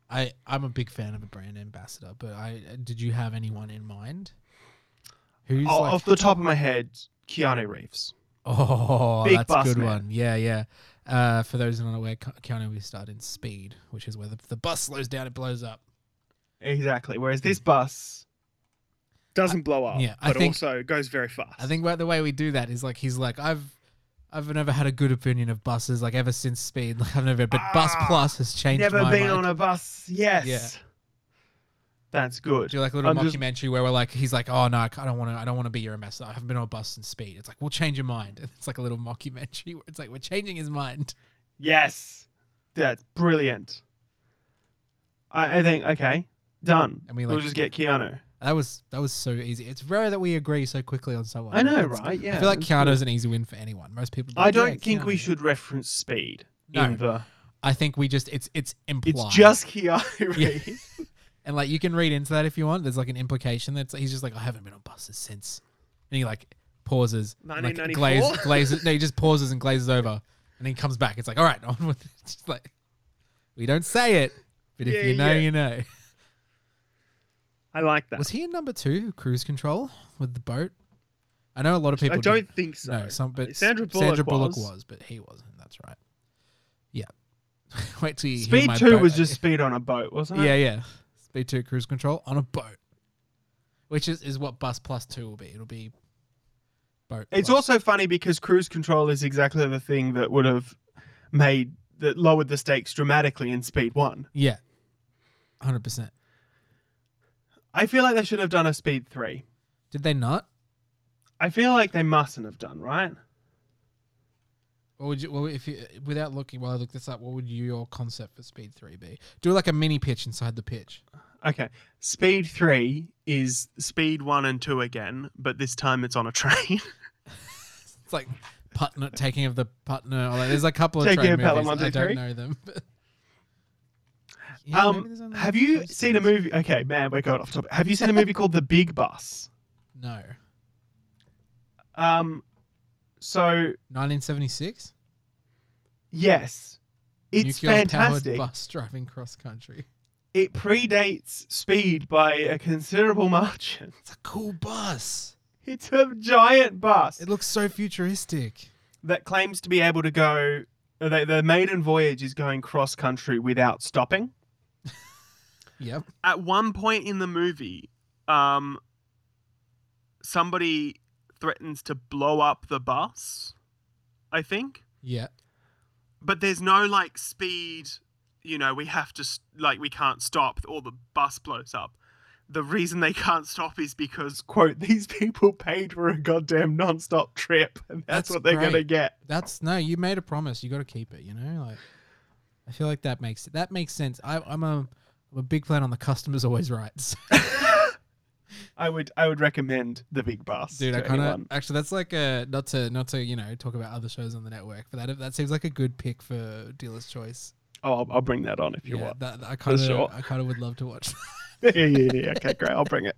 A: I I'm a big fan of a brand ambassador, but I uh, did you have anyone in mind? Who's
B: Oh,
A: like,
B: off the top of my head, Keanu Reeves.
A: oh
B: Big
A: that's a
B: bus
A: good
B: man.
A: one. Yeah, yeah. Uh, for those unaware, Ke- Keanu is starred in Speed, which is where the, the bus slows down, it blows up.
B: Exactly. Whereas this bus,
C: Doesn't blow up,
A: yeah, I
C: but
A: think-
C: also goes very fast.
A: I think about the way we do that is like he's like I've I've never had a good opinion of buses like ever since Speed. Like I've never, but Bus
B: Ah,
A: Plus has changed.
B: never
A: my
B: been
A: mind.
B: on a bus. Yes.
A: Yeah.
B: That's good.
A: Do like a little
B: I'm just-
A: mockumentary where we're like, he's like, oh no, I c- I don't want to, I don't want to be your ambassador. I haven't been on a bus since Speed. It's like, we'll change your mind. And it's like a little mockumentary where it's like we're changing his mind.
B: Yes. That's brilliant. I, I think, okay, done.
A: And we,
B: we'll
A: like-
B: just get Keanu.
A: That was that was so easy. It's rare that we agree so quickly on someone.
B: I know,
A: It's-
B: right? Yeah.
A: I feel like
B: that's
A: Keanu's an easy win for anyone. Most people.
B: good.
A: are like,
B: I don't
A: "Yeah,
B: think we
A: Keanu."
B: should reference speed.
A: No.
B: in the-
A: I think we just it's it's implied.
B: it's just Keanu
A: Yeah.
B: Reeves.
A: and like you can read into that if you want. There's like an implication that's he's just like I haven't been on buses since, and he like pauses, and, like
C: 1994?
A: glaze, glazes. No, he just pauses and glazes over, and then comes back. It's like all right, on with it. It's just like we don't say it, but if
C: Yeah,
A: you know,
C: yeah.
A: you know.
C: I like that.
A: Was he in number two cruise control with the boat? I know a lot of people.
C: I
A: did-
C: don't think so.
A: No, some, but
C: Sandra
A: S-
C: Bullock
A: Sandra Bullock
C: was.
A: was. but he wasn't. That's right. Yeah. Wait till you hear
B: Speed
A: my
B: two
A: boat
B: was
A: idea.
B: just speed on a boat, wasn't it?
A: Yeah, yeah. Speed two cruise control on a boat, which is, is what Bus Plus Two will be. It'll be boat.
B: It's
A: plus.
B: also funny because cruise control is exactly the thing that would have made that lowered the stakes dramatically in Speed One.
A: yeah, hundred percent.
B: I feel like they should have done a Speed Three.
A: Did they not?
B: I feel like they mustn't have done right.
A: What would you? Well, if you without looking, while I look this up, what would your concept for Speed Three be? Do like a mini pitch inside the pitch.
B: Okay, Speed Three is Speed One and Two again, but this time it's on a train.
A: It's like Putner taking of the Putner. Or like, there's a couple of
B: Taking
A: train
B: of Pelham
A: movies.
B: one, two,
A: I don't
B: three.
A: know them. but- maybe there's
B: um,
A: only
B: have
A: like
B: you
A: two
B: seen a
A: Speeds.
B: movie? Okay, man, we're going off topic. Have you seen a movie called The Big Bus?
A: No,
B: Um, so
A: 1976.
B: yes, it's
A: Nuclear-powered
B: fantastic.
A: Bus driving cross country.
B: It predates Speed by a considerable margin.
A: It's a cool bus.
B: It's a giant bus
A: It looks so futuristic.
B: that claims to be able to go. uh, The, the maiden voyage is going cross country without stopping.
A: Yep.
B: At one point in the movie, um, somebody threatens to blow up the bus, I think.
A: Yeah.
B: But there's no like speed, you know, we have to, s- like, we can't stop or the bus blows up. The reason they can't stop is because, quote, these people paid for a goddamn non stop trip, and that's,
A: That's
B: what they're going to
A: great.
B: get.
A: That's no, you made a promise. You got to keep it, you know? Like I feel like that makes that makes sense. I I'm a I'm a big fan on the customer's always right. So,
B: I would I would recommend the big bus.
A: dude,
B: to
A: I kind of
B: anyone.
A: actually that's like a not to not to, you know, talk about other shows on the network, but that that seems like a good pick for dealer's choice.
B: Oh, I'll, I'll bring that on if you want.
A: that, that- I kind of
B: sure.
A: I kind of would love to watch.
B: yeah, yeah, yeah. Okay, great. I'll bring it.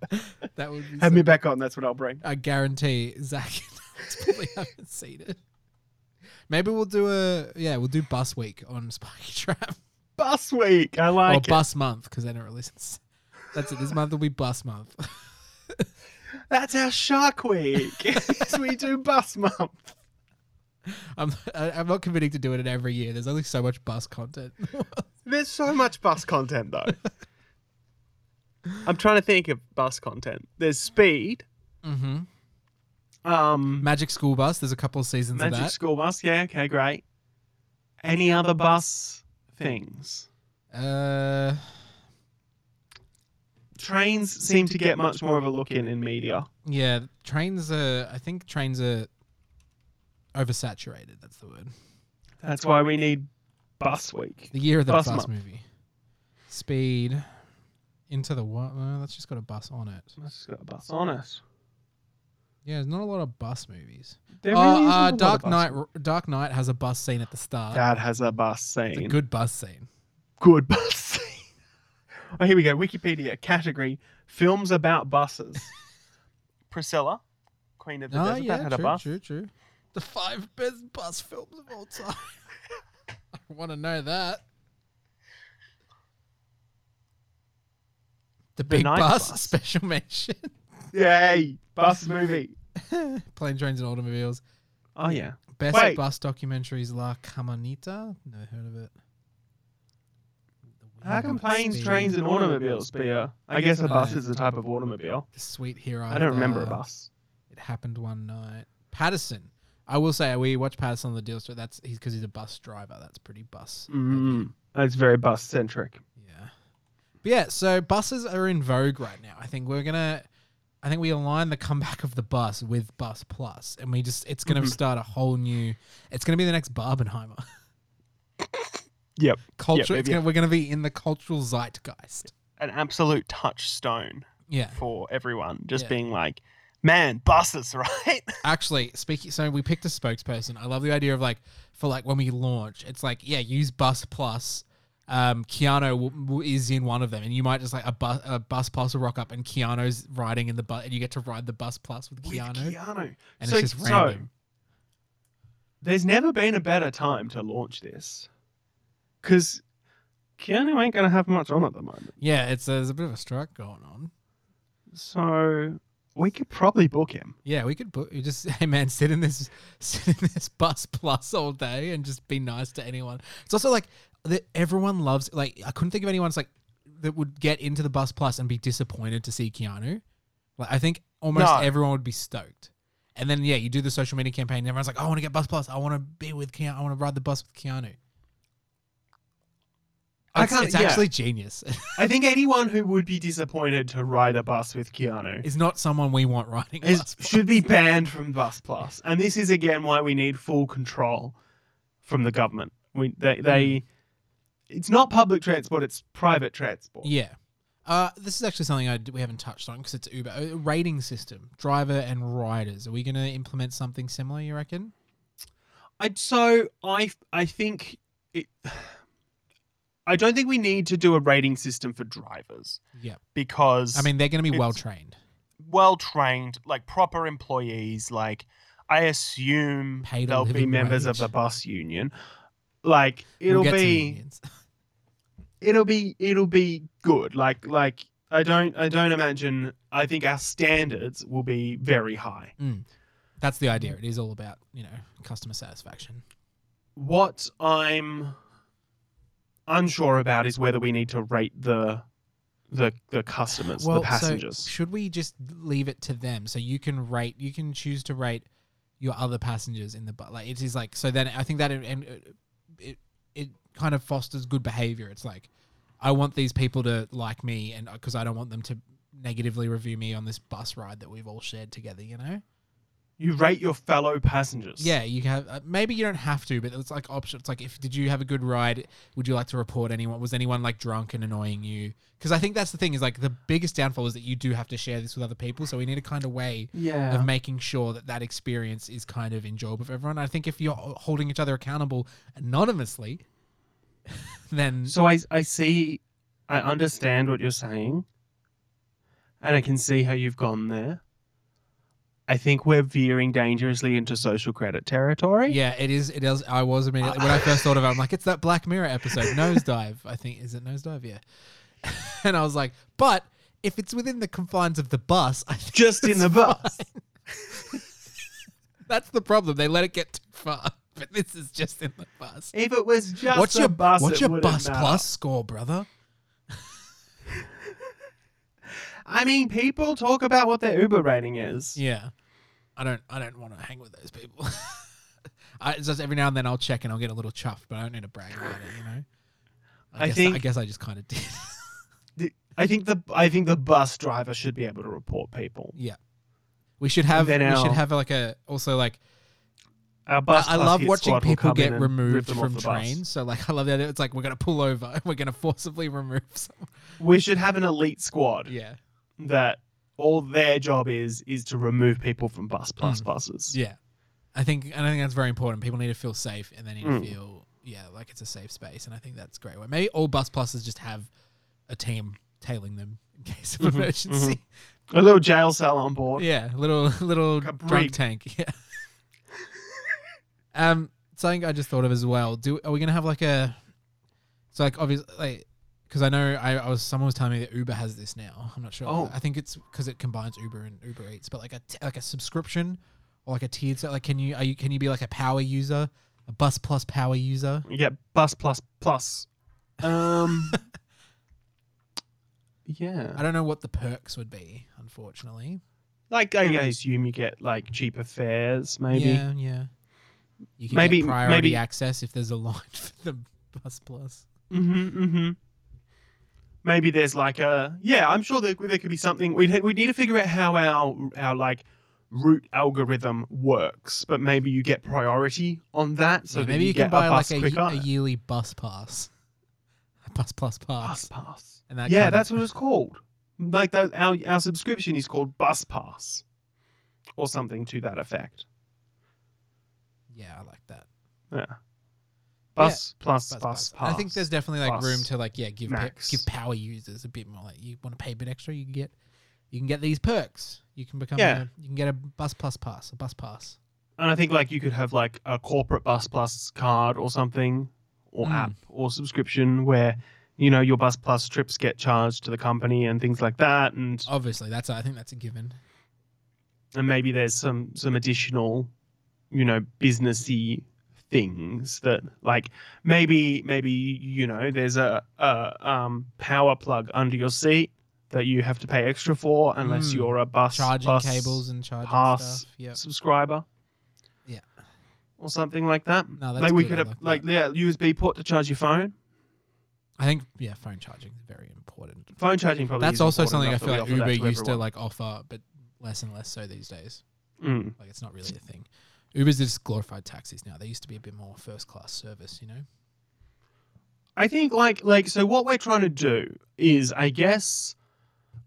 A: that would be
B: Have
A: so
B: me back on. That's what I'll bring.
A: I guarantee Zach and Alex probably haven't seen it. Maybe we'll do a yeah, we'll do Bus Week on Sparky Trap
B: Bus week. I
A: or
B: like
A: Bus Month because they don't release. This. That's it. This month will be Bus Month.
B: it. That's our Shark Week. Is we do bus month.
A: I'm I- I'm not committing to doing it every year. There's only so much bus content.
B: There's so much bus content though. I'm trying to think of bus content. There's speed.
A: mm-hmm.
B: Um,
A: Magic School Bus. There's a couple of seasons of
B: magic
A: that.
B: school bus. Yeah. Okay, great. Any other bus things?
A: uh,
B: Trains seem to get much more of a look in in media.
A: yeah, trains are. I think trains are oversaturated. That's the word.
B: That's why we need bus week.
A: The year of the
B: Bus
A: bus,
B: month.
A: movie. Speed. Into the what? No, that's just got a bus on it.
B: It's got a bus on it.
A: Yeah, there's not a lot of bus movies.
B: There
A: Oh,
B: really isn't
A: uh,
B: a lot
A: Dark
B: of bus.
A: Knight. Dark Knight has a bus scene at the start.
B: Dad has a bus
A: It's a
B: scene. Good,
A: good bus scene.
B: bus scene. Oh, here we go. Wikipedia category: films about buses. Priscilla, Queen of the
A: Oh
B: Desert,
A: yeah,
B: that had
A: true,
B: a bus.
A: true, true. The five best bus films of all time. I want to know that. The Big
B: Night
A: bus,
B: Bus.
A: special mention.
B: Yay, bus movie.
A: Plane, trains, and automobiles.
B: Oh yeah,
A: Best
B: Wait.
A: bus documentary is La Camanita. Never heard of it. The
B: How can
A: Wind
B: planes,
A: Speed,
B: trains, and automobiles be a? I guess a bus is a type of automobile.
A: The Sweet Hero.
B: I don't remember a
A: uh,
B: bus.
A: It happened one night. Patterson. I will say we watched Patterson on the deal store. That's he's because he's a bus driver. That's pretty bus. heavy.
B: Mm, that's very bus centric.
A: Yeah. But yeah, so buses are in vogue right now. I think we're gonna I think we align the comeback of the bus with Bus Plus and we just it's gonna
B: Mhm.
A: start a whole new it's gonna be the next Barbenheimer.
B: Yep.
A: Culture
B: Yeah,
A: it's
B: yeah.
A: gonna, we're gonna be in the cultural zeitgeist.
B: An absolute touchstone
A: Yeah.
B: for everyone. Just
A: Yeah.
B: being like, man, buses, right?
A: Actually, speaking so we picked a spokesperson. I love the idea of like for like when we launch, it's like, yeah, use Bus Plus. Um, Keanu w- w- is in one of them, and you might just like a bus, a bus plus will rock up, and Keanu's riding in the bus, and you get to ride the bus plus with
B: With
A: Keanu.
B: Keanu.
A: and
B: so,
A: it's just
B: so,
A: random.
B: there's never been a better time to launch this. Because Keanu ain't going to have much on at the moment.
A: Yeah, it's there's a bit of a strike going on.
B: So we could probably book him.
A: Yeah, we could put you just hey man, sit in this sit in this bus plus all day and just be nice to anyone. It's also like that everyone loves like I couldn't think of anyone's like that would get into the bus plus and be disappointed to see Keanu. Like I think almost
B: No.
A: everyone would be stoked. And then yeah, you do the social media campaign and everyone's like, "Oh, I want to get bus plus, I want to be with Keanu, I want to ride the bus with Keanu.
B: I
A: It's,
B: can't-
A: it's
B: yeah.
A: actually genius.
B: I think anyone who would be disappointed to ride a bus with Keanu
A: it's not someone we want riding a
B: is,
A: bus plus.
B: should be banned from Bus Plus. And this is again why we need full control from the government. We, they,
A: Hmm.
B: they, it's not public transport; it's private transport.
A: Yeah. Uh, this is actually something I d- we haven't touched on because it's Uber a rating system, driver and riders. Are we going to implement something similar? You reckon?
B: I so I I think it. I don't think we need to do a rating system for drivers
A: Yeah.
B: because
A: I mean, they're going to be
B: It's-
A: well trained,
B: well trained, like proper employees, like I assume
A: Paid a
B: they'll be
A: living
B: members of
A: wage.
B: the bus union. Like it'll
A: We'll get to
B: be
A: unions.
B: it'll be it'll be good. Like like I don't I don't imagine I think our standards will be very high.
A: That's the idea. It is all about you know customer satisfaction.
B: What I'm unsure about is whether we need to rate the the the customers, the passengers.
A: So should we just leave it to them? So you can rate, you can choose to rate your other passengers in the bus. Like it is like so. Then I think that it, and it- it it kind of fosters good behavior. It's like I want these people to like me, and because I don't want them to negatively review me on this bus ride that we've all shared together. You know.
B: you rate your fellow passengers.
A: Yeah, you have. Uh, maybe you don't have to, but it's like option. It's like if did you have a good ride? Would you like to report anyone? Was anyone like drunk and annoying you? Because I think that's the thing is like the biggest downfall is that you do have to share this with other people. So we need a kind of way
B: Yeah.
A: of making sure that that experience is kind of enjoyable for everyone. I think if you're uh, holding each other accountable anonymously, then
B: So I I see I understand what you're saying. And I can see how you've gone there. I think we're veering dangerously into social credit territory.
A: yeah, it is. It is. I was immediately when I first thought of it. I'm like, it's that Black Mirror episode, Nosedive. I think is it Nosedive? Yeah. and I was like, but if it's within the confines of the bus, I think
B: Just in
A: it's
B: the bus.
A: fine. That's the problem. They let it get too far, but this is just in the bus.
B: If it was just
A: what's
B: a
A: your
B: bus,
A: what's
B: it
A: your
B: wouldn't
A: bus
B: matter.
A: plus score, brother?
B: I mean, people talk about what their Uber rating is.
A: Yeah, I don't I don't want to hang with those people. I, it's just every now and then I'll check and I'll get a little chuffed, but I don't need to brag about it, you know.
B: I
A: guess, I
B: think-
A: guess I just kind of did.
B: I think the I think the bus driver should be able to report people.
A: We should have
B: then
A: we should
B: our-
A: have like a also like
B: Our bus
A: I, I
B: plus
A: love
B: hit
A: watching
B: squad will
A: people
B: come in
A: get
B: and rip
A: removed
B: them off
A: from
B: the bus.
A: trains. So like I love that it's like we're gonna pull over, we're gonna forcibly remove someone.
B: We should have an elite squad
A: Yeah,
B: that all their job is is to remove people from bus plus
A: Mm.
B: buses.
A: yeah. I think and I think that's very important. People need to feel safe and they need
B: Mm.
A: to feel yeah like it's a safe space. And I think that's a great. Way. Maybe all bus pluses just have a team tailing them in case of
B: Mhm,
A: emergency.
B: A little jail cell on board.
A: Yeah, little little
B: Like a
A: drug
B: brig.
A: tank. Yeah. um, something I just thought of as well. Do are we gonna have like a? It's like obviously, like, because I know I, I was someone was telling me that Uber has this now. I'm not sure.
B: Oh.
A: I think it's because it combines Uber and Uber Eats, but like a t- like a subscription or like a tiered set? Like, can you are you can you be like a power user, a bus plus power user?
B: Yeah, bus plus plus. Um. yeah.
A: I don't know what the perks would be, unfortunately.
B: Like I assume you get like cheaper fares, maybe.
A: Yeah, yeah. You can
B: Maybe-
A: get priority
B: maybe-
A: access if there's a line for the bus plus.
B: Mm-hmm, mm-hmm. Maybe there's like a yeah. I'm sure there, there could be something. We we need to figure out how our our like route algorithm works, but maybe you get priority on that, so
A: Yeah,
B: that
A: maybe
B: you,
A: you,
B: get
A: can buy
B: a
A: like
B: bus
A: a,
B: quicker.
A: ye- a yearly bus pass, a bus plus pass,
B: bus pass.
A: and that
B: yeah,
A: kind
B: that's what it's called. Like that, our our subscription is called Bus Pass, or something to that effect.
A: of, yeah, I like that.
B: Bus plus
A: Bus
B: bus,
A: pass.
B: pass.
A: I think there's definitely like room
B: Bus.
A: to like yeah give pa-
B: Max.
A: give power users a bit more. Like you want to pay a bit extra, you can get you can get these perks. You can become
B: Yeah.
A: a, you can get a bus plus pass, a bus pass.
B: and I think like you could have like a corporate bus plus card or something, or
A: Mm.
B: app or subscription where you know your bus plus trips get charged to the company and things like that, and
A: Obviously, that's I think that's a given.
B: and maybe there's some some additional, you know, businessy things that like maybe maybe you know there's a, a um power plug under your seat that you have to pay extra for unless
A: Mm.
B: you're a bus
A: Charging
B: bus
A: cables and charging
B: pass.
A: stuff. Yep.
B: subscriber.
A: Yeah.
B: Or something like that.
A: No, that's
B: like we
A: good,
B: could
A: I
B: have
A: like
B: like yeah, USB port to charge your phone.
A: I think yeah, phone charging is very important.
B: Phone charging probably.
A: That's
B: is
A: also
B: important
A: something I
B: enough
A: feel
B: that
A: like
B: we offer
A: Uber
B: that
A: used to
B: everyone.
A: like offer, but less and less so these days.
B: Mm.
A: Like it's not really a thing. Uber's just glorified taxis now. They used to be a bit more first class service, you know.
B: I think like like so what we're trying to do is I guess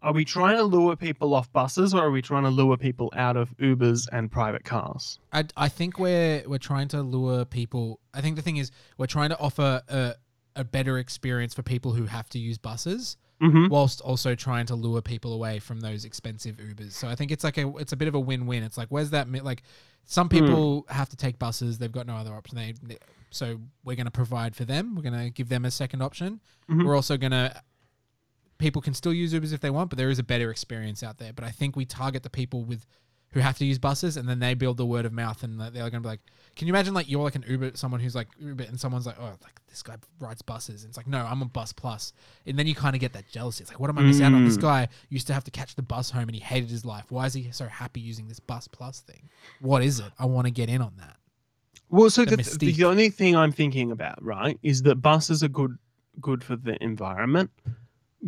B: are we trying to lure people off buses or are we trying to lure people out of Ubers and private cars?
A: I, I think we're we're trying to lure people. I think the thing is we're trying to offer a a better experience for people who have to use buses,
B: Mm-hmm.
A: whilst also trying to lure people away from those expensive Ubers. So I think it's like a it's a bit of a win win. It's like where's that mi- like
B: Hmm.
A: some people have to take buses; they've got no other option. They they- so we're going to provide for them. We're going to give them a second option.
B: Mhm.
A: We're also going to people can still use Ubers if they want, but there is a better experience out there. But I think we target the people with who have to use buses, and then they build the word of mouth, and they're going to be like, "Can you imagine like you're like an Uber, someone who's like Uber, and someone's like, oh, like this guy rides buses." And it's like, no, I'm a bus plus, and then you kind of get that jealousy. It's like, what am I missing out on? This
B: Mm.
A: guy used to have to catch the bus home, and he hated his life. Why is he so happy using this bus plus thing? What is it? I want to get in on that.
B: Well, so
A: The
B: the, the,
A: mystique.
B: only thing I'm thinking about, right, is that buses are good good for the environment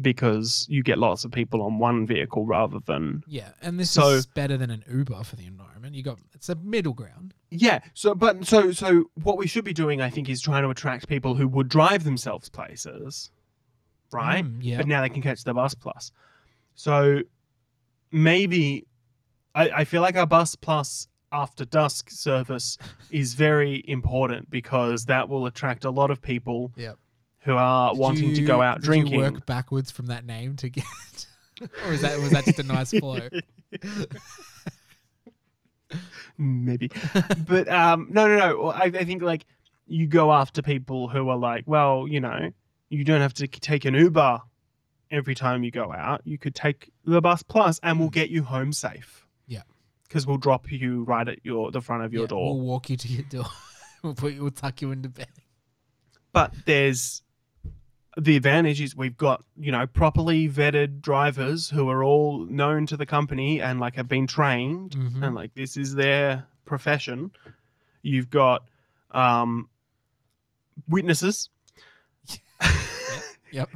B: because you get lots of people on one vehicle rather than
A: Yeah, and this
B: So-
A: is better than an Uber for the environment. You got it's a middle ground.
B: Yeah. So, but so so what we should be doing, I think, is trying to attract people who would drive themselves places, right?
A: Mm, yeah.
B: But now they can catch the bus plus. So maybe I, I feel like our bus plus after dusk service is very important because that will attract a lot of people
A: Yep.
B: who are
A: Did
B: wanting to
A: you-
B: go out
A: did you
B: drinking.
A: work backwards from that name to get, or is that was that just a nice flow?
B: maybe but um no no no Well, I, I think like you go after people who are like well you know you don't have to k- take an uber every time you go out you could take the bus plus and we'll get you home safe
A: Mm. Yeah.
B: because we'll drop you right at your the front of your
A: Yeah,
B: door
A: We'll walk you to your door. we'll put you, we'll tuck you into bed.
B: but there's the advantage is we've got you know properly vetted drivers who are all known to the company and like have been trained
A: Mhm.
B: and like this is their profession. You've got um, witnesses,
A: Yep.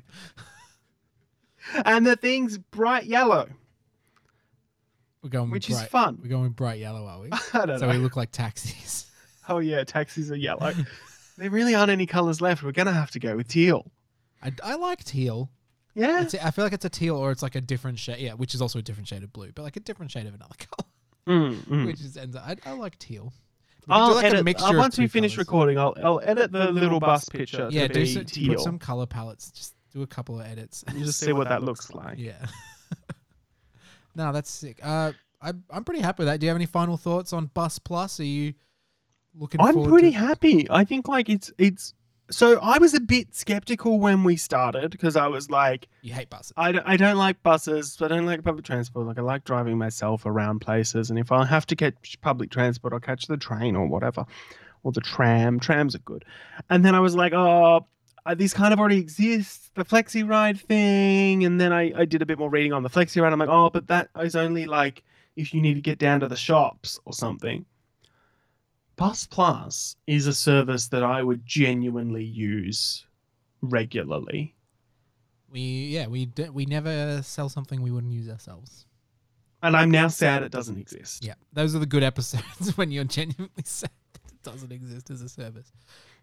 B: and the thing's bright yellow,
A: We're going
B: which
A: Mm, bright.
B: is fun.
A: We're going bright yellow, are we?
B: I don't
A: so
B: know.
A: we look like taxis.
B: Oh yeah, taxis are yellow. there really aren't any colors left. We're gonna have to go with teal.
A: I, I like teal.
B: Yeah.
A: It's, I feel like it's a teal or it's like a different shade. Yeah, which is also a different shade of blue, but like a different shade of another color,
B: Mm, mm.
A: which is ends up. I, I like teal. We could do,
B: I'll
A: like, a
B: edit.
A: mixture
B: uh,
A: of
B: once we
A: two
B: finish
A: colours.
B: recording, I'll, I'll edit the little bus picture.
A: Yeah,
B: to
A: do
B: be
A: some,
B: teal.
A: put some color palettes. Just do a couple of edits.
B: You just see what that looks like.
A: Yeah. no, that's sick. Uh, I, I'm pretty happy with that. Do you have any final thoughts on Bus Plus? Are you looking
B: I'm
A: forward
B: pretty
A: to
B: happy. I think like it's it's so I was a bit skeptical when we started because I was like,
A: You hate buses.
B: I, d- I don't like buses. I don't like public transport. Like, I like driving myself around places. And if I have to catch public transport, I'll catch the train or whatever, or the tram. Trams are good. And then I was like, oh, uh, these kind of already exist. The flexi ride thing. And then I, I did a bit more reading on the flexi ride. I'm like, oh, but that is only like if you need to get down to the shops or something. Bus Plus is a service that I would genuinely use regularly.
A: We yeah we d- we never sell something we wouldn't use ourselves.
B: And I'm now sad it doesn't exist.
A: Yeah, those are the good episodes when you're genuinely sad that it doesn't exist as a service.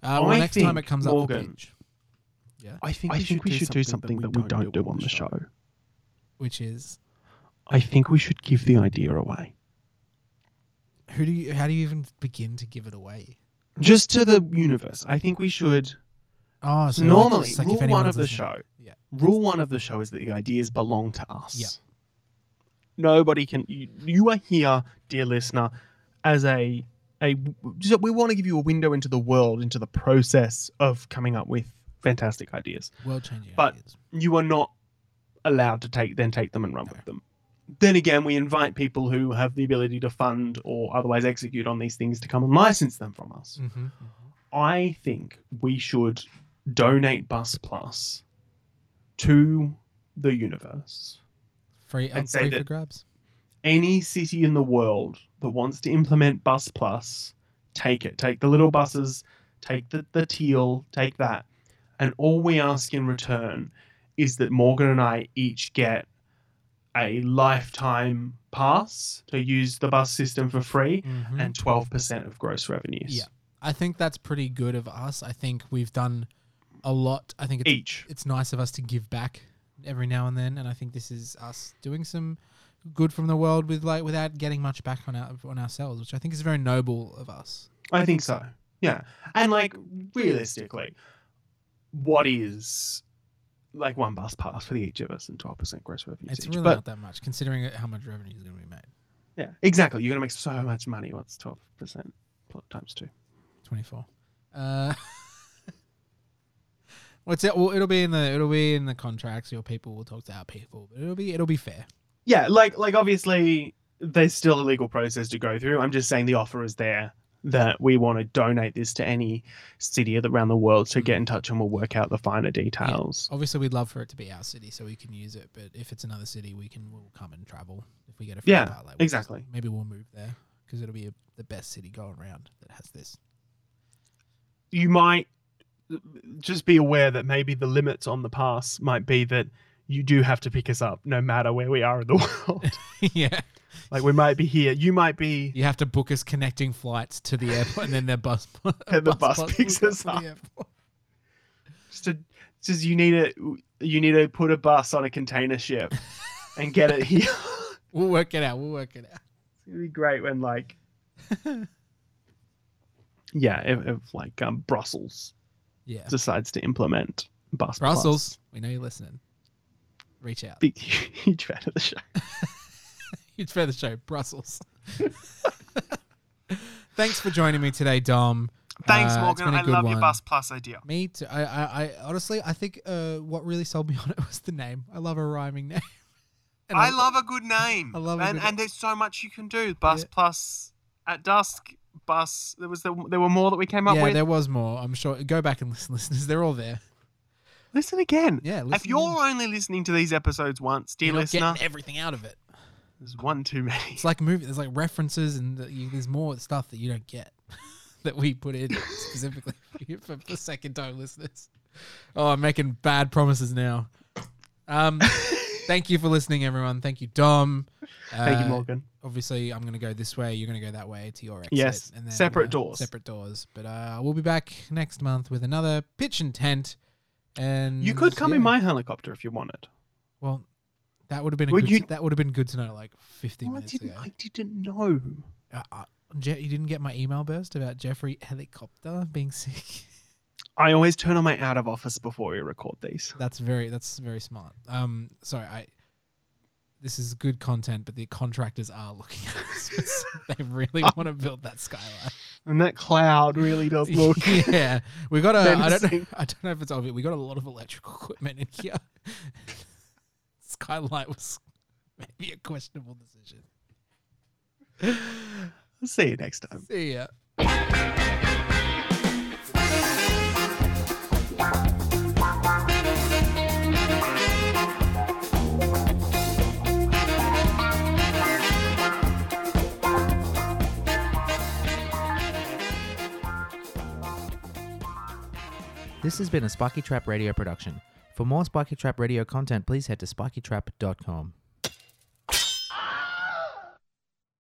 A: Uh, well,
B: I
A: next time it
B: think,
A: comes up, we'll
B: Morgan-
A: binge,
B: I think
D: we should do something that we don't do on the show.
A: which is
B: I think we should give the idea away.
A: who do you how do you even begin to give it away?
B: Just to the universe. I think we should.
A: Oh, so
B: normally,
A: it's like if
B: rule one
A: anyone's
B: of the
A: listening-
B: show.
A: Yeah.
B: Rule one of the show is that the ideas belong to us.
A: Yeah.
B: Nobody can. You, you are here, dear listener, as a. a just- we want to give you a window into the world, into the process of coming up with fantastic ideas.
A: world changing
B: But-
A: ideas.
B: you are not allowed to take then take them and run with them. Then again, we invite people who have the ability to fund or otherwise execute on these things to come and license them from us.
A: Mm-hmm.
B: I think we should donate Bus Plus to the universe.
A: Free,
B: And
A: and
B: say
A: free for
B: that-
A: grabs.
B: Any city in the world that wants to implement Bus Plus, take it. Take the little buses, take the, the teal, take that. And all we ask in return is that Morgan and I each get a lifetime pass to use the bus system for free
A: Mhm.
B: and 12% of gross revenues
A: Yeah. I think that's pretty good of us. I think we've done a lot. I think it's,
B: each.
A: it's nice of us to give back every now and then, and I think this is us doing some good from the world with like without getting much back on our on ourselves, which I think is very noble of us.
B: I think so. Yeah. And like realistically, what is like one bus pass for the each of us and 12% gross revenues
A: It's
B: each?
A: really
B: but
A: not that much considering how much revenue is going to be made.
B: yeah, exactly. You're going to make so much money. What's 12% pl- times two?
A: Twenty four. Uh, what's it? Well, it'll be in the it'll be in the contracts. Your people will talk to our people, but it'll be it'll be fair.
B: Yeah. Like, like obviously there's still a legal process to go through. I'm just saying the offer is there that we want to donate this to any city around the world. So get in touch and we'll work out the finer details.
A: Obviously, we'd love for it to be our city so we can use it. But if it's another city, we can we'll come and travel if we get a free
B: Yeah,
A: car, like, we'll just-
B: exactly.
A: Maybe we'll move there because it'll be a, the best city going around that has this.
B: you might just be aware that maybe the limits on the pass might be that you do have to pick us up no matter where we are in the world.
A: yeah,
B: like we might be here, you might be
A: you have to book us connecting flights to the airport, and then their bus
B: And the bus
A: plus
B: picks
A: will go
B: us
A: to the
B: up.
A: airport.
B: just a, just you need a you need to put a bus on a container ship and get it here. it's
A: We'll work it out. We'll work it out.
B: gonna be great when like yeah, if, if like um, Brussels
A: Yeah,
B: decides to implement bus Plus.
A: Brussels, we know you're listening. Reach out.
B: big huge fan of the show.
A: It's for the show, Brussels. Thanks for joining me today, Dom. Uh, it's been a good one.
B: Plus idea.
A: Me too. I, I, I honestly, I think uh, what really sold me on it was the name. I love a rhyming name. And
B: I love a good name.
A: I love a
B: and
A: good-
B: and there's so much you can do. Bus
A: Yeah.
B: plus at dusk. Bus. There was the, there were more that we came up
A: Yeah,
B: with.
A: there was more. I'm sure. Go back and listen, listeners. They're all there.
B: Listen again.
A: Yeah. Listen
B: if you're only listening to these episodes once, dear
A: you're not
B: listener,
A: getting everything out of it,
B: there's one too many.
A: it's like movie. There's like references and the, you, there's more stuff that you don't get that we put in specifically for, you- for the second time listeners. Oh, I'm making bad promises now. Um, thank you for listening, everyone. Thank you, Dom.
B: Thank you,
A: Uh,
B: Morgan.
A: obviously I'm going to go this way. You're going to go that way to your exit.
B: Yes,
A: uh,
B: separate doors.
A: Separate doors. But uh, we'll be back next month with another pitch and tent. And
B: You could come in
A: mm, yeah.
B: my helicopter if you wanted.
A: Well, that would have been a
B: Would
A: good,
B: you-
A: that would have been good to know like 15
B: Well, Oh, I
A: minutes
B: didn't.
A: ago.
B: I didn't know.
A: Uh, uh, Je- you didn't get my email burst about Jeffrey helicopter being sick.
B: I always turn on my out of office before we record these.
A: that's very that's very smart. Um, sorry, I this is good content, but the contractors are looking at us. because they really
B: Oh.
A: want to build that skyline.
D: And that cloud really does look.
A: yeah, we got a. I don't know.
D: menacing.
A: I don't know if it's obvious. We got a lot of electrical equipment in here. Skylight was maybe a questionable decision.
B: See you next time.
A: See ya.
E: This has been a Spiky Trap Radio production. For more Spiky Trap Radio content, please head to spikytrap.com.